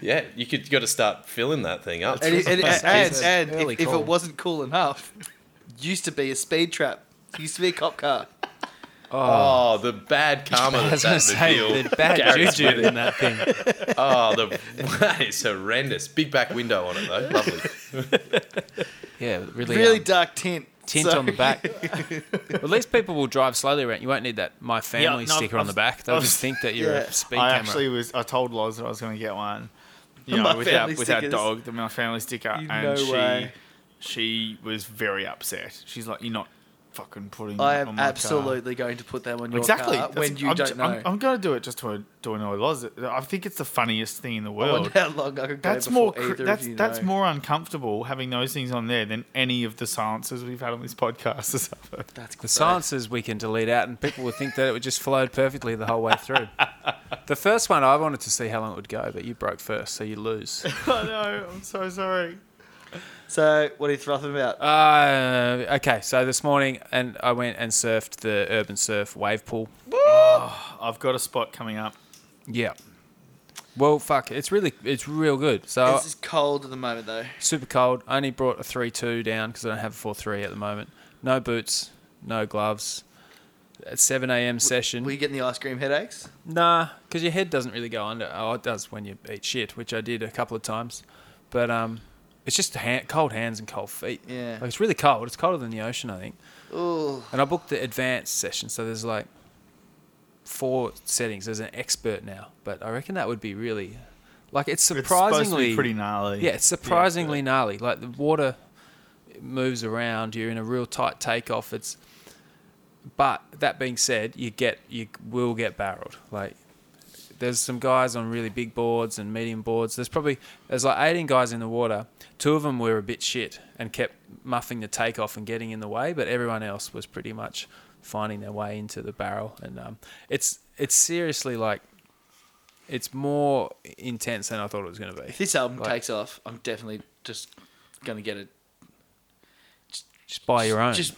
Speaker 3: yeah, you could you got to start filling that thing up.
Speaker 1: And, and, and, and,
Speaker 2: Jesus.
Speaker 1: and
Speaker 2: Early
Speaker 1: if, if
Speaker 2: call.
Speaker 1: it wasn't cool enough, used to be a speed trap. Used to be a cop car.
Speaker 3: oh, the bad karma
Speaker 2: I was
Speaker 3: that's
Speaker 2: gonna
Speaker 3: that
Speaker 2: say
Speaker 3: reveal.
Speaker 2: the bad
Speaker 3: carries
Speaker 2: juju
Speaker 3: with it.
Speaker 2: in that thing.
Speaker 3: Oh, the that is horrendous. Big back window on it though, lovely.
Speaker 2: Yeah, really,
Speaker 1: Really
Speaker 2: um,
Speaker 1: dark tint.
Speaker 2: tint
Speaker 1: So-
Speaker 2: on the back. At least people will drive slowly around. You won't need that my family
Speaker 4: no,
Speaker 2: sticker on
Speaker 4: I've-
Speaker 2: the back. They'll
Speaker 4: I've-
Speaker 2: just think that you're
Speaker 1: Yeah.
Speaker 2: a speed
Speaker 4: I
Speaker 2: camera.
Speaker 4: actually was. I told Loz that I was going to get one. You
Speaker 1: My
Speaker 4: know, with our,
Speaker 1: family
Speaker 4: with our
Speaker 1: stickers.
Speaker 4: dog, the- my family sticker,
Speaker 1: You-
Speaker 4: and
Speaker 1: no
Speaker 4: she
Speaker 1: way.
Speaker 4: she was very upset. She's like, "You're not fucking putting."
Speaker 1: I
Speaker 4: that on
Speaker 1: am
Speaker 4: my car."
Speaker 1: absolutely going to put that on your
Speaker 4: exactly
Speaker 1: car
Speaker 4: That's-
Speaker 1: when you
Speaker 4: I'm,
Speaker 1: don't
Speaker 4: ju-
Speaker 1: know.
Speaker 4: I'm, I'm going to do it just to, to annoy Loz. I think it's the funniest thing in the
Speaker 1: I wonder
Speaker 4: world.
Speaker 1: how long I could go
Speaker 4: That's
Speaker 1: before
Speaker 4: more
Speaker 1: either
Speaker 4: cr-
Speaker 1: of
Speaker 4: that's
Speaker 1: you
Speaker 4: that's
Speaker 1: know.
Speaker 4: more uncomfortable having those things on there than any of the silences we've had on this podcast. Or something.
Speaker 1: That's
Speaker 2: the
Speaker 1: good.
Speaker 2: silences we can delete out, and people will think that it would just flowed perfectly the whole way through. the first one, I wanted to see how long it would go, but you broke first, so you lose.
Speaker 4: I know. I'm so sorry.
Speaker 1: So, what are you throbbing about?
Speaker 2: Uh, okay, so this morning, and I went and surfed the Urban Surf wave pool.
Speaker 4: I've got a spot coming up.
Speaker 2: Yeah. Well, fuck, it's really, it's real good. So
Speaker 1: This is cold at the moment, though.
Speaker 2: super cold. I only brought a 3 2 down because I don't have a 4 3 at the moment. No boots, no gloves. At 7 a.m. session.
Speaker 1: Were you getting the ice cream headaches?
Speaker 2: nah, because your head doesn't really go under. Oh, it does when you eat shit, which I did a couple of times. But um, it's just hand, cold hands and cold feet.
Speaker 1: Yeah.
Speaker 2: Like it's really cold. It's colder than the ocean, I think.
Speaker 1: Ooh.
Speaker 2: And I booked the advanced session, so there's like four settings. There's an expert now, but I reckon that would be really. Like it's surprisingly
Speaker 4: it's supposed to be pretty gnarly.
Speaker 2: yeah, it's surprisingly gnarly. Like the water moves around. You're in a real tight takeoff. It's, but that being said, you get you will get barreled. Like there's some guys on really big boards and medium boards. There's probably there's like 18 guys in the water. Two of them were a bit shit and kept muffing the takeoff and getting in the way, but everyone else was pretty much finding their way into the barrel. And um, it's it's seriously like it's more intense than I thought it was going to be.
Speaker 1: If this album
Speaker 2: Like-
Speaker 1: takes off, I'm definitely just gonna get it.
Speaker 2: Just buy your own.
Speaker 1: Just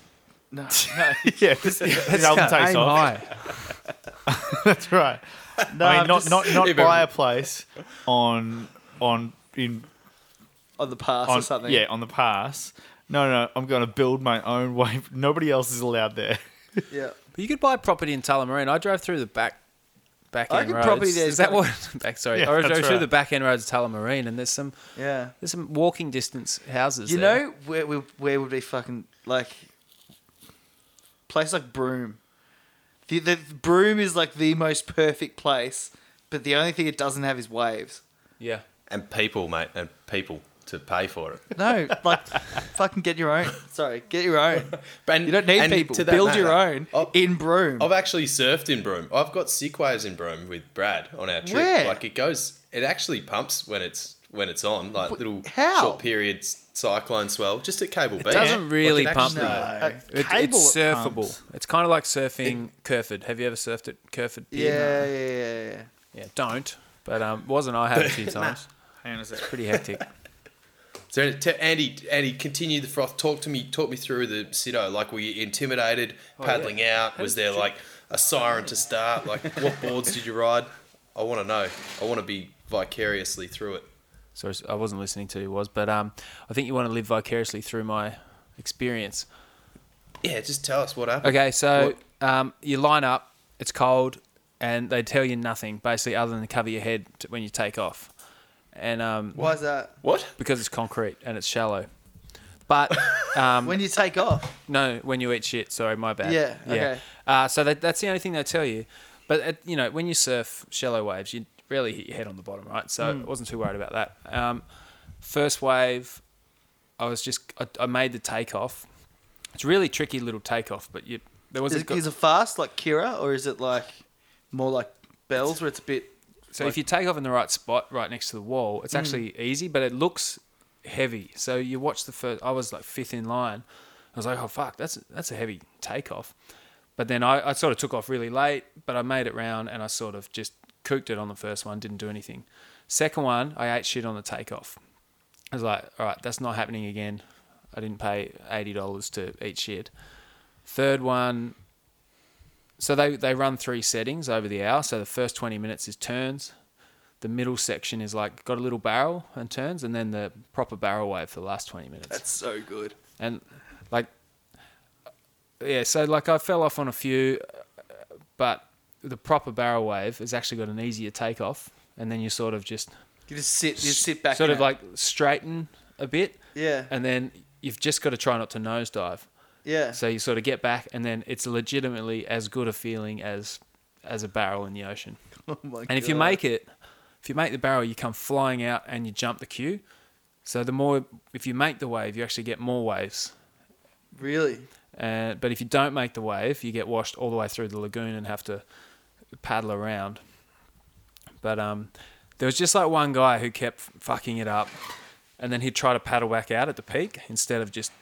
Speaker 1: no, no.
Speaker 4: yeah, this, this
Speaker 2: That's
Speaker 4: album
Speaker 2: kinda
Speaker 4: takes
Speaker 2: aim
Speaker 4: off.
Speaker 2: high.
Speaker 4: That's right. No, I
Speaker 1: I'm
Speaker 4: mean, not,
Speaker 1: just-
Speaker 4: not not
Speaker 3: Yeah, but-
Speaker 4: buy a place on on in
Speaker 1: on the pass
Speaker 4: on
Speaker 1: or something.
Speaker 4: yeah on the pass. No, no, I'm going to build my own way. Nobody else is allowed there.
Speaker 1: yeah.
Speaker 2: But you could buy property in Tullamarine. I drove through the back back
Speaker 1: I
Speaker 2: end
Speaker 1: could
Speaker 2: roads.
Speaker 1: probably-
Speaker 2: Is that what back sorry.
Speaker 4: Yeah,
Speaker 2: I
Speaker 4: that's
Speaker 2: drove through
Speaker 4: right.
Speaker 2: the back end roads of Tullamarine and there's some
Speaker 1: Yeah.
Speaker 2: there's some walking distance houses.
Speaker 1: You
Speaker 2: there.
Speaker 1: know where we where would be fucking like place like Broome. The, the Broome is like the most perfect place, but the only thing it doesn't have is waves.
Speaker 2: Yeah.
Speaker 3: And people, mate, and people to pay for it.
Speaker 1: No, like fucking get your own. Sorry, get your own.
Speaker 3: And,
Speaker 1: You don't need
Speaker 3: and
Speaker 1: people.
Speaker 3: to that
Speaker 1: Build
Speaker 3: matter,
Speaker 1: your own
Speaker 3: I've-
Speaker 1: in Broome.
Speaker 3: I've actually surfed in Broome. I've got sick waves in Broome with Brad on our trip.
Speaker 1: Where?
Speaker 3: Like it goes, it actually pumps when it's when it's on, like little
Speaker 1: how?
Speaker 3: short period s- cyclone swell, just at Cable Beach.
Speaker 2: doesn't really
Speaker 3: it
Speaker 2: pump
Speaker 3: actually-
Speaker 2: though.
Speaker 1: Uh,
Speaker 2: It,
Speaker 4: Cable
Speaker 2: it's
Speaker 4: at
Speaker 2: surfable.
Speaker 4: times.
Speaker 2: It's kind of like surfing Kerford. Have you ever surfed at Kerford? Pier?
Speaker 1: yeah, yeah, yeah, yeah.
Speaker 2: Yeah, don't. But um, wasn't I have a few times.
Speaker 4: Hang on a second.
Speaker 2: Pretty hectic.
Speaker 3: So t- Andy, Andy, continue the froth. Talk to me. Talk me through the Sido. Like, were you intimidated paddling out? Was there like a siren to start? Like, what boards did you ride? I want to know. I want to be vicariously through it.
Speaker 2: Sorry, I wasn't listening to who was, but um, I think you want to live vicariously through my experience.
Speaker 3: Yeah, just tell us what happened.
Speaker 2: Okay, so um, you line up. It's cold, and they tell you nothing basically other than cover your head t when you take off, and um,
Speaker 1: Why is that?
Speaker 3: What?
Speaker 2: because it's concrete and it's shallow. But um,
Speaker 1: When you take off,
Speaker 2: No, when you eat shit. Sorry, my bad.
Speaker 1: Yeah, okay.
Speaker 2: Uh, so that, that's the only thing they tell you. But uh you know, when you surf shallow waves, you rarely hit your head on the bottom, right? So
Speaker 1: Mm.
Speaker 2: I wasn't too worried about that. Um, first wave, I was just I, I made the takeoff. It's a really tricky little takeoff, but you there was
Speaker 1: is
Speaker 2: a,
Speaker 1: it,
Speaker 2: go-
Speaker 1: is it fast like Kira, or is it like more like Bells, where it's a bit?
Speaker 2: so
Speaker 1: like-
Speaker 2: if you take off in the right spot, right next to the wall, it's actually easy, but it looks heavy. So you watch the first. I was like fifth in line. I was like, oh fuck, that's that's a heavy takeoff. But then I, I sort of took off really late, but I made it round and I sort of just cooked it on the first one, didn't do anything. Second one, I ate shit on the takeoff. I was like, all right, that's not happening again. I didn't pay eighty dollars to eat shit. Third one, so they they run three settings over the hour. So the first twenty minutes is turns. The middle section is like got a little barrel and turns, and then the proper barrel wave for the last twenty minutes
Speaker 1: That's so good.
Speaker 2: and like yeah so like i fell off on a few uh, but the proper barrel wave has actually got an easier takeoff and then you sort of just
Speaker 1: You just sit, you just sit back.
Speaker 2: sort
Speaker 1: in
Speaker 2: of
Speaker 1: it.
Speaker 2: like straighten a bit
Speaker 1: yeah,
Speaker 2: and then you've just got to try not to nosedive
Speaker 1: yeah.
Speaker 2: so you sort of get back and then it's legitimately as good a feeling as as a barrel in the ocean
Speaker 1: Oh my
Speaker 2: and if you
Speaker 1: God.
Speaker 2: make it, if you make the barrel, you come flying out and you jump the queue. So the more, if you make the wave, you actually get more waves.
Speaker 1: really,
Speaker 2: Uh, but if you don't make the wave, you get washed all the way through the lagoon and have to paddle around. But um, there was just like one guy who kept fucking it up, and then he'd try to paddle back out at the peak instead of just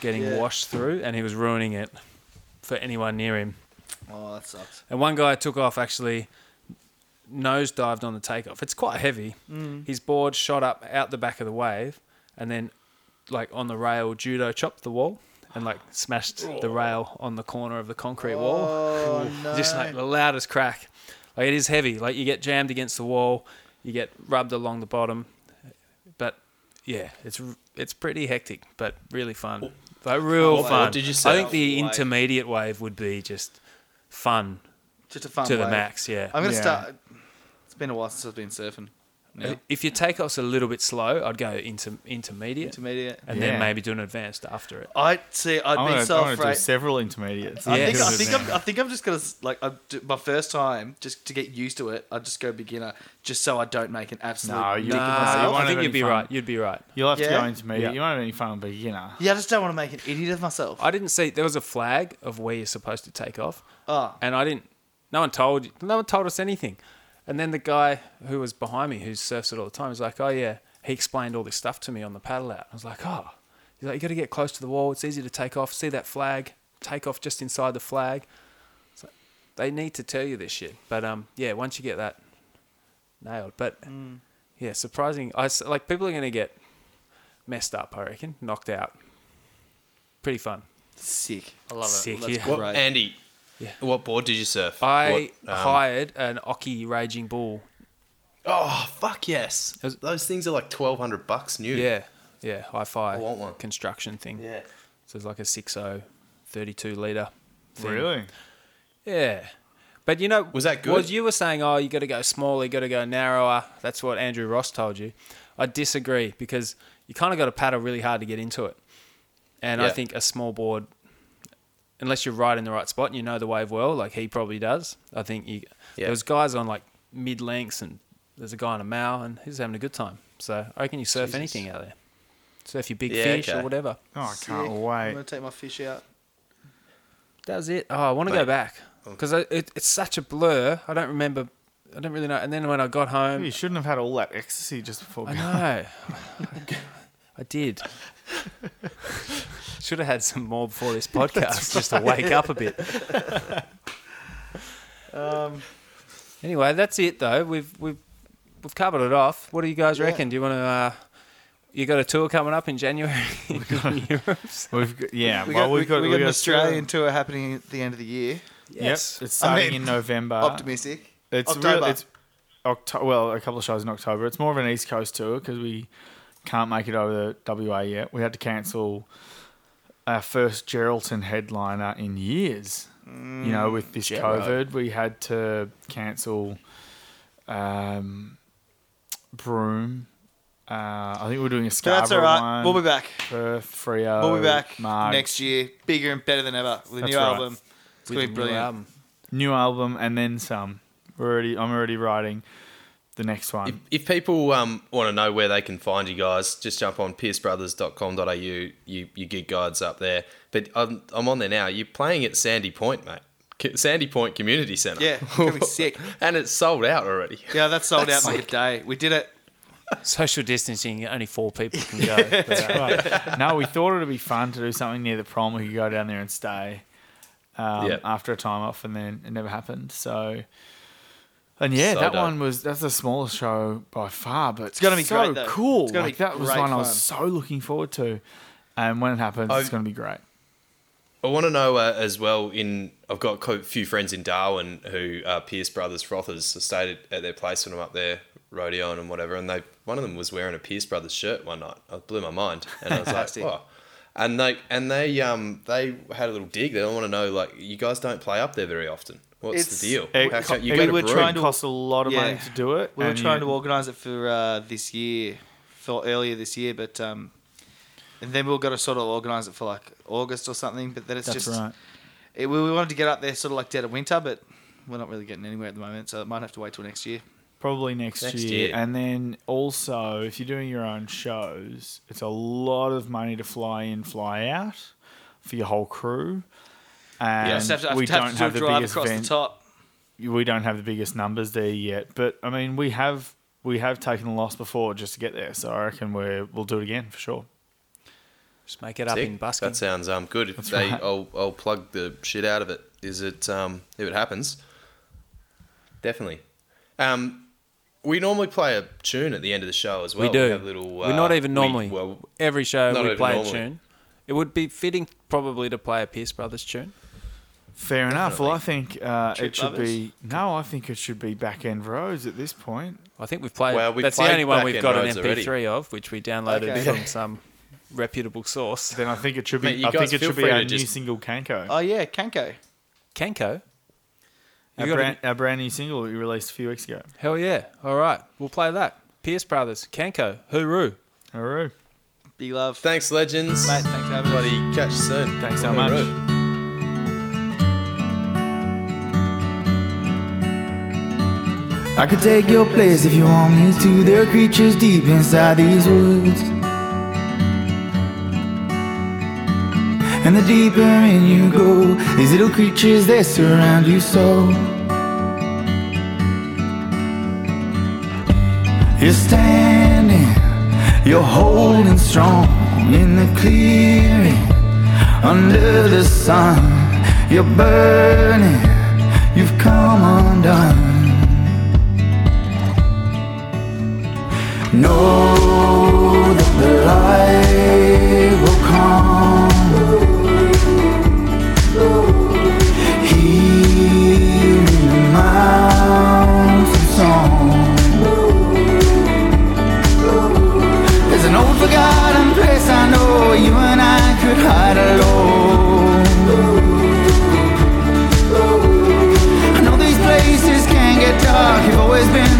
Speaker 2: getting
Speaker 1: Yeah.
Speaker 2: washed through, and he was ruining it for anyone near him.
Speaker 1: oh that sucks.
Speaker 2: And one guy took off actually nose dived on the takeoff. It's quite heavy.
Speaker 3: Mm.
Speaker 2: His board shot up out the back of the wave and then like on the rail judo chopped the wall and like smashed the rail on the corner of the concrete wall.
Speaker 1: Oh no!
Speaker 2: Just like the loudest crack. Like it is heavy. Like you get jammed against the wall, you get rubbed along the bottom. But yeah, it's r- it's pretty hectic, but really fun. Like real
Speaker 3: Oh. What- what
Speaker 2: fun.
Speaker 3: did you
Speaker 2: I
Speaker 3: set
Speaker 2: think
Speaker 3: up?
Speaker 2: the
Speaker 1: Wave.
Speaker 2: intermediate wave would be just fun
Speaker 1: just a fun
Speaker 2: to the
Speaker 1: way.
Speaker 2: max. Yeah.
Speaker 1: I'm gonna
Speaker 4: Yeah.
Speaker 1: start. It's been a while since I've been surfing.
Speaker 2: Uh, If your takeoff's a little bit slow, I'd go inter- intermediate
Speaker 1: Intermediate.
Speaker 2: and
Speaker 4: Yeah.
Speaker 2: then maybe do an advanced after it.
Speaker 1: I see. I'd
Speaker 4: I'm
Speaker 1: be
Speaker 4: going
Speaker 1: so
Speaker 4: to do
Speaker 1: afraid.
Speaker 4: several intermediates.
Speaker 1: I
Speaker 2: Yeah.
Speaker 1: think, I
Speaker 2: Yes.
Speaker 1: think, I'm, I think I'm just gonna s- like I do, my first time just to get used to it. I just go beginner, just so I don't make an absolute.
Speaker 4: No, you-
Speaker 1: dick of
Speaker 4: Nah,
Speaker 1: myself.
Speaker 2: Uh, I
Speaker 4: have
Speaker 2: think
Speaker 4: any
Speaker 2: you'd be
Speaker 4: fun.
Speaker 2: right. You'd be right.
Speaker 4: You'll have to
Speaker 1: Yeah.
Speaker 4: go intermediate.
Speaker 2: Yeah.
Speaker 4: You won't have any fun with beginner.
Speaker 1: yeah, I just don't want to make an idiot of myself.
Speaker 2: I didn't see there was a flag of where you're supposed to take off,
Speaker 1: oh,
Speaker 2: and I didn't. No one told no one told us anything. And then the guy who was behind me, who surfs it all the time, was like, "Oh yeah." He explained all this stuff to me on the paddle out. I was like, "Oh." He's like, "You got to get close to the wall. It's easy to take off. See that flag? Take off just inside the flag." So they need to tell you this shit. But um, yeah, once you get that nailed. But yeah, surprising. I s- like people are going to get messed up. I reckon knocked out. Pretty fun.
Speaker 1: Sick.
Speaker 5: I love it.
Speaker 2: Sick,
Speaker 5: Let's
Speaker 2: yeah.
Speaker 5: go.
Speaker 3: What,
Speaker 1: Right.
Speaker 3: Andy,
Speaker 2: Yeah.
Speaker 3: what board did you surf?
Speaker 2: I
Speaker 3: What, um,
Speaker 2: hired an Oki Raging Bull.
Speaker 3: Oh fuck yes!
Speaker 2: Was-
Speaker 3: Those things are like twelve hundred bucks new.
Speaker 2: Yeah, yeah, hi fi
Speaker 3: I want one.
Speaker 2: construction thing.
Speaker 3: Yeah.
Speaker 2: So it's like a 6.0, 32 litre. thing.
Speaker 4: Really?
Speaker 2: Yeah. But you know,
Speaker 3: Was that good?
Speaker 2: What you were saying, oh, you got to go smaller, you got to go narrower. That's what Andrew Ross told you. I disagree because you kind of got to paddle really hard to get into it. And I
Speaker 3: Yeah.
Speaker 2: think a small board, unless you're right in the right spot and you know the wave well, like he probably does, I think you.
Speaker 3: Yeah.
Speaker 2: There was guys on like mid lengths, and there's a guy on a mow, and he's having a good time. So I reckon you surf
Speaker 3: Jesus.
Speaker 2: anything out there. Surf your big
Speaker 3: Yeah,
Speaker 2: fish
Speaker 3: okay.
Speaker 2: or whatever.
Speaker 4: Oh, I
Speaker 1: Sick.
Speaker 4: can't
Speaker 1: I'm
Speaker 4: wait.
Speaker 1: gonna take my fish out.
Speaker 2: That was it. Oh, I want to go
Speaker 3: Mate.
Speaker 2: back because it, it's such a blur. I don't remember. I don't really know. And then when I got
Speaker 4: You
Speaker 2: home,
Speaker 4: shouldn't have had all that ecstasy just before.
Speaker 2: I know. I did. Should have had some more before this podcast just to wake up a bit.
Speaker 1: Um,
Speaker 2: Anyway, that's it though. We've we've we've covered it off. What do you guys
Speaker 1: Yeah.
Speaker 2: reckon? Do you want to? Uh, you got a tour coming up in January in Europe?
Speaker 4: We've got, yeah.
Speaker 1: we got,
Speaker 4: well,
Speaker 1: we,
Speaker 4: we've got,
Speaker 1: we got an
Speaker 4: Australia.
Speaker 1: Australian tour happening at the end of the year.
Speaker 2: Yes.
Speaker 4: Yep. It's starting
Speaker 1: I mean,
Speaker 4: in November.
Speaker 1: Optimistic.
Speaker 4: It's
Speaker 1: October.
Speaker 4: real. It's Octo- well, a couple of shows in October. It's more of an East Coast tour because we can't make it over the WA yet. We had to cancel our first Geraldton headliner in years. You know, with this
Speaker 1: Mm,
Speaker 3: Gerald.
Speaker 4: COVID, we had to cancel um, Broome. Uh, I think we're doing a
Speaker 1: But
Speaker 4: Scarborough
Speaker 1: that's all right.
Speaker 4: one.
Speaker 1: We'll be back.
Speaker 4: Perth, Frio.
Speaker 1: We'll be back
Speaker 4: Marg.
Speaker 1: next year, bigger and better than ever with a
Speaker 4: That's
Speaker 1: new
Speaker 4: right.
Speaker 1: album. It's
Speaker 2: With
Speaker 1: gonna
Speaker 2: the
Speaker 1: be
Speaker 2: new
Speaker 1: brilliant.
Speaker 2: album.
Speaker 4: new album and then some. We're already. I'm already writing the next one.
Speaker 3: If, if people um, want to know where they can find you guys, just jump on piercebrothers.com.au. You you gig guides up there. But I'm, I'm on there now. You're playing at Sandy Point, mate. C- Sandy Point Community Centre.
Speaker 1: Yeah, it's gonna be sick.
Speaker 3: and it's sold out already.
Speaker 1: Yeah, that's sold
Speaker 3: That's
Speaker 1: out in like a day. We did it.
Speaker 2: Social distancing, only four people can go. But, uh,
Speaker 4: no, we thought it'd be fun to do something near the prom. We could go down there and stay um,
Speaker 3: Yep.
Speaker 4: after a time off, and then it never happened. So, and yeah,
Speaker 3: So
Speaker 4: that
Speaker 3: dope.
Speaker 4: one was that's the smallest show by far, but it's
Speaker 1: gonna be
Speaker 4: so
Speaker 1: great, though.
Speaker 4: cool.
Speaker 1: It's gonna
Speaker 4: like
Speaker 1: be
Speaker 4: that was
Speaker 1: great
Speaker 4: one I was
Speaker 1: fun.
Speaker 4: so looking forward to, and when it happens, it's
Speaker 3: I've-
Speaker 4: gonna be great.
Speaker 3: I want to know uh, as well. In I've got quite a few friends in Darwin who are Pierce Brothers frothers. I stayed at, at their place when I'm up there rodeoing and whatever. And they one of them was wearing a Pierce Brothers shirt one night. I blew my mind, and I was like,
Speaker 1: Fantastic.
Speaker 3: "Wow!" And they and they um they had a little dig. They want to know like you guys don't play up there very often. What's
Speaker 1: It's-
Speaker 3: the deal?
Speaker 4: it
Speaker 3: How
Speaker 4: co-
Speaker 3: come- you
Speaker 1: we
Speaker 3: go to
Speaker 1: were
Speaker 3: Broome.
Speaker 1: trying
Speaker 4: It costs a lot of
Speaker 1: Yeah.
Speaker 4: money to do it.
Speaker 1: We were
Speaker 4: and
Speaker 1: trying
Speaker 4: you-
Speaker 1: to organise it for uh, this year, for earlier this year, but um, and then we were going to sort of organise it for like August or something. But then it's
Speaker 4: That's
Speaker 1: just
Speaker 4: right.
Speaker 1: it, we we wanted to get up there sort of like dead of winter, but we're not really getting anywhere at the moment, so it might have to wait till next year.
Speaker 4: Probably next,
Speaker 3: Next
Speaker 4: year.
Speaker 3: year.
Speaker 4: And then also, if you're doing your own shows, it's a lot of money to fly in, fly out for your whole crew. And
Speaker 1: just have to,
Speaker 4: we
Speaker 1: have to have
Speaker 4: don't
Speaker 1: to
Speaker 4: have the
Speaker 1: drive
Speaker 4: biggest
Speaker 1: across
Speaker 4: ven-
Speaker 1: the top.
Speaker 4: we don't have the biggest numbers there yet. But I mean, we have we have taken a loss before just to get there, so I reckon we we'll do it again for sure.
Speaker 2: just make it up
Speaker 3: Sick.
Speaker 2: in busking.
Speaker 3: That sounds um good. If they,
Speaker 4: right.
Speaker 3: I'll I'll plug the shit out of it. Is it um if it happens? Definitely. Um, we normally play a tune at the end of the show as well.
Speaker 2: we do.
Speaker 3: have little, uh,
Speaker 2: We're not even
Speaker 3: we-
Speaker 2: normally.
Speaker 3: well,
Speaker 2: Every show
Speaker 3: not
Speaker 2: we
Speaker 3: even
Speaker 2: play
Speaker 3: normally.
Speaker 2: a tune. It would be fitting probably to play a Pierce Brothers tune.
Speaker 4: Fair enough. Well, I think uh,
Speaker 1: Trip
Speaker 4: it should
Speaker 1: lovers?
Speaker 4: be no. I think it should be back end roads at this point.
Speaker 2: I think we've played.
Speaker 3: Well, we've
Speaker 2: that's
Speaker 3: played
Speaker 2: the only one
Speaker 3: Back
Speaker 2: we've
Speaker 3: End
Speaker 2: got an
Speaker 3: Roads
Speaker 2: MP3 of, which we downloaded
Speaker 1: Okay.
Speaker 2: from some reputable source.
Speaker 4: Then I think it should be.
Speaker 3: Mate, you
Speaker 4: I
Speaker 3: guys
Speaker 4: think it
Speaker 3: feel
Speaker 4: should be
Speaker 3: free
Speaker 4: our
Speaker 3: to
Speaker 4: new
Speaker 3: just-
Speaker 4: single, Kanko.
Speaker 1: Oh yeah, Kanko.
Speaker 2: Kenko.
Speaker 4: Our
Speaker 2: You got a-
Speaker 4: brand, our brand new single that we released a few weeks ago.
Speaker 2: Hell yeah! All right, we'll play that. Pierce Brothers, Kenko, Hooroo.
Speaker 4: Hooroo.
Speaker 1: Big love.
Speaker 3: Thanks, legends.
Speaker 1: Mate, thanks for having us.
Speaker 3: Buddy, catch you soon.
Speaker 4: Thanks so
Speaker 3: On the
Speaker 4: much.
Speaker 3: road.
Speaker 6: I could take your place if you want me to. There are creatures deep inside these woods. And the deeper in you go, these little creatures they surround you so. You're standing, you're holding strong in the clearing under the sun. You're burning, you've come undone.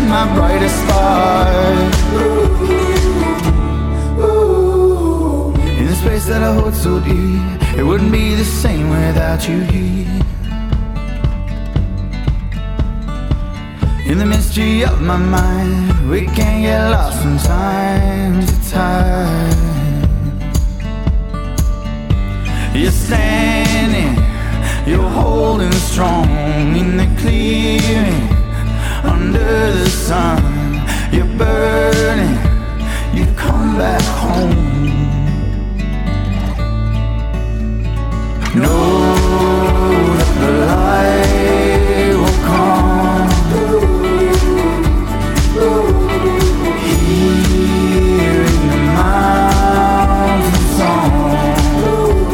Speaker 6: my brightest spark. In the space that I hold so dear, it wouldn't be the same without you here. In the mystery of my mind, we can get lost from time to time. You're standing, you're holding strong in the clearing under the sun. You're burning, you come back home. No, that the light will come. Hearing the mountain song.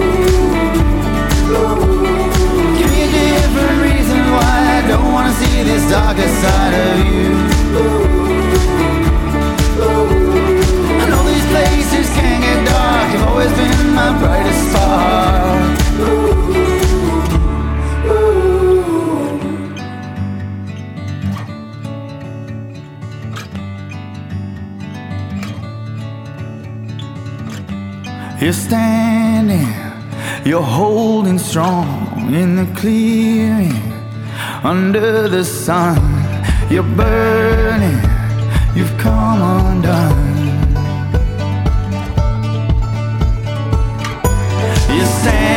Speaker 6: Give me a different reason why I don't wanna see this darker side of you. I know these places can get dark. You've always been my brightest spark. You're standing, you're holding strong in the clearing under the sun. You're burning, you've come undone. You're standing.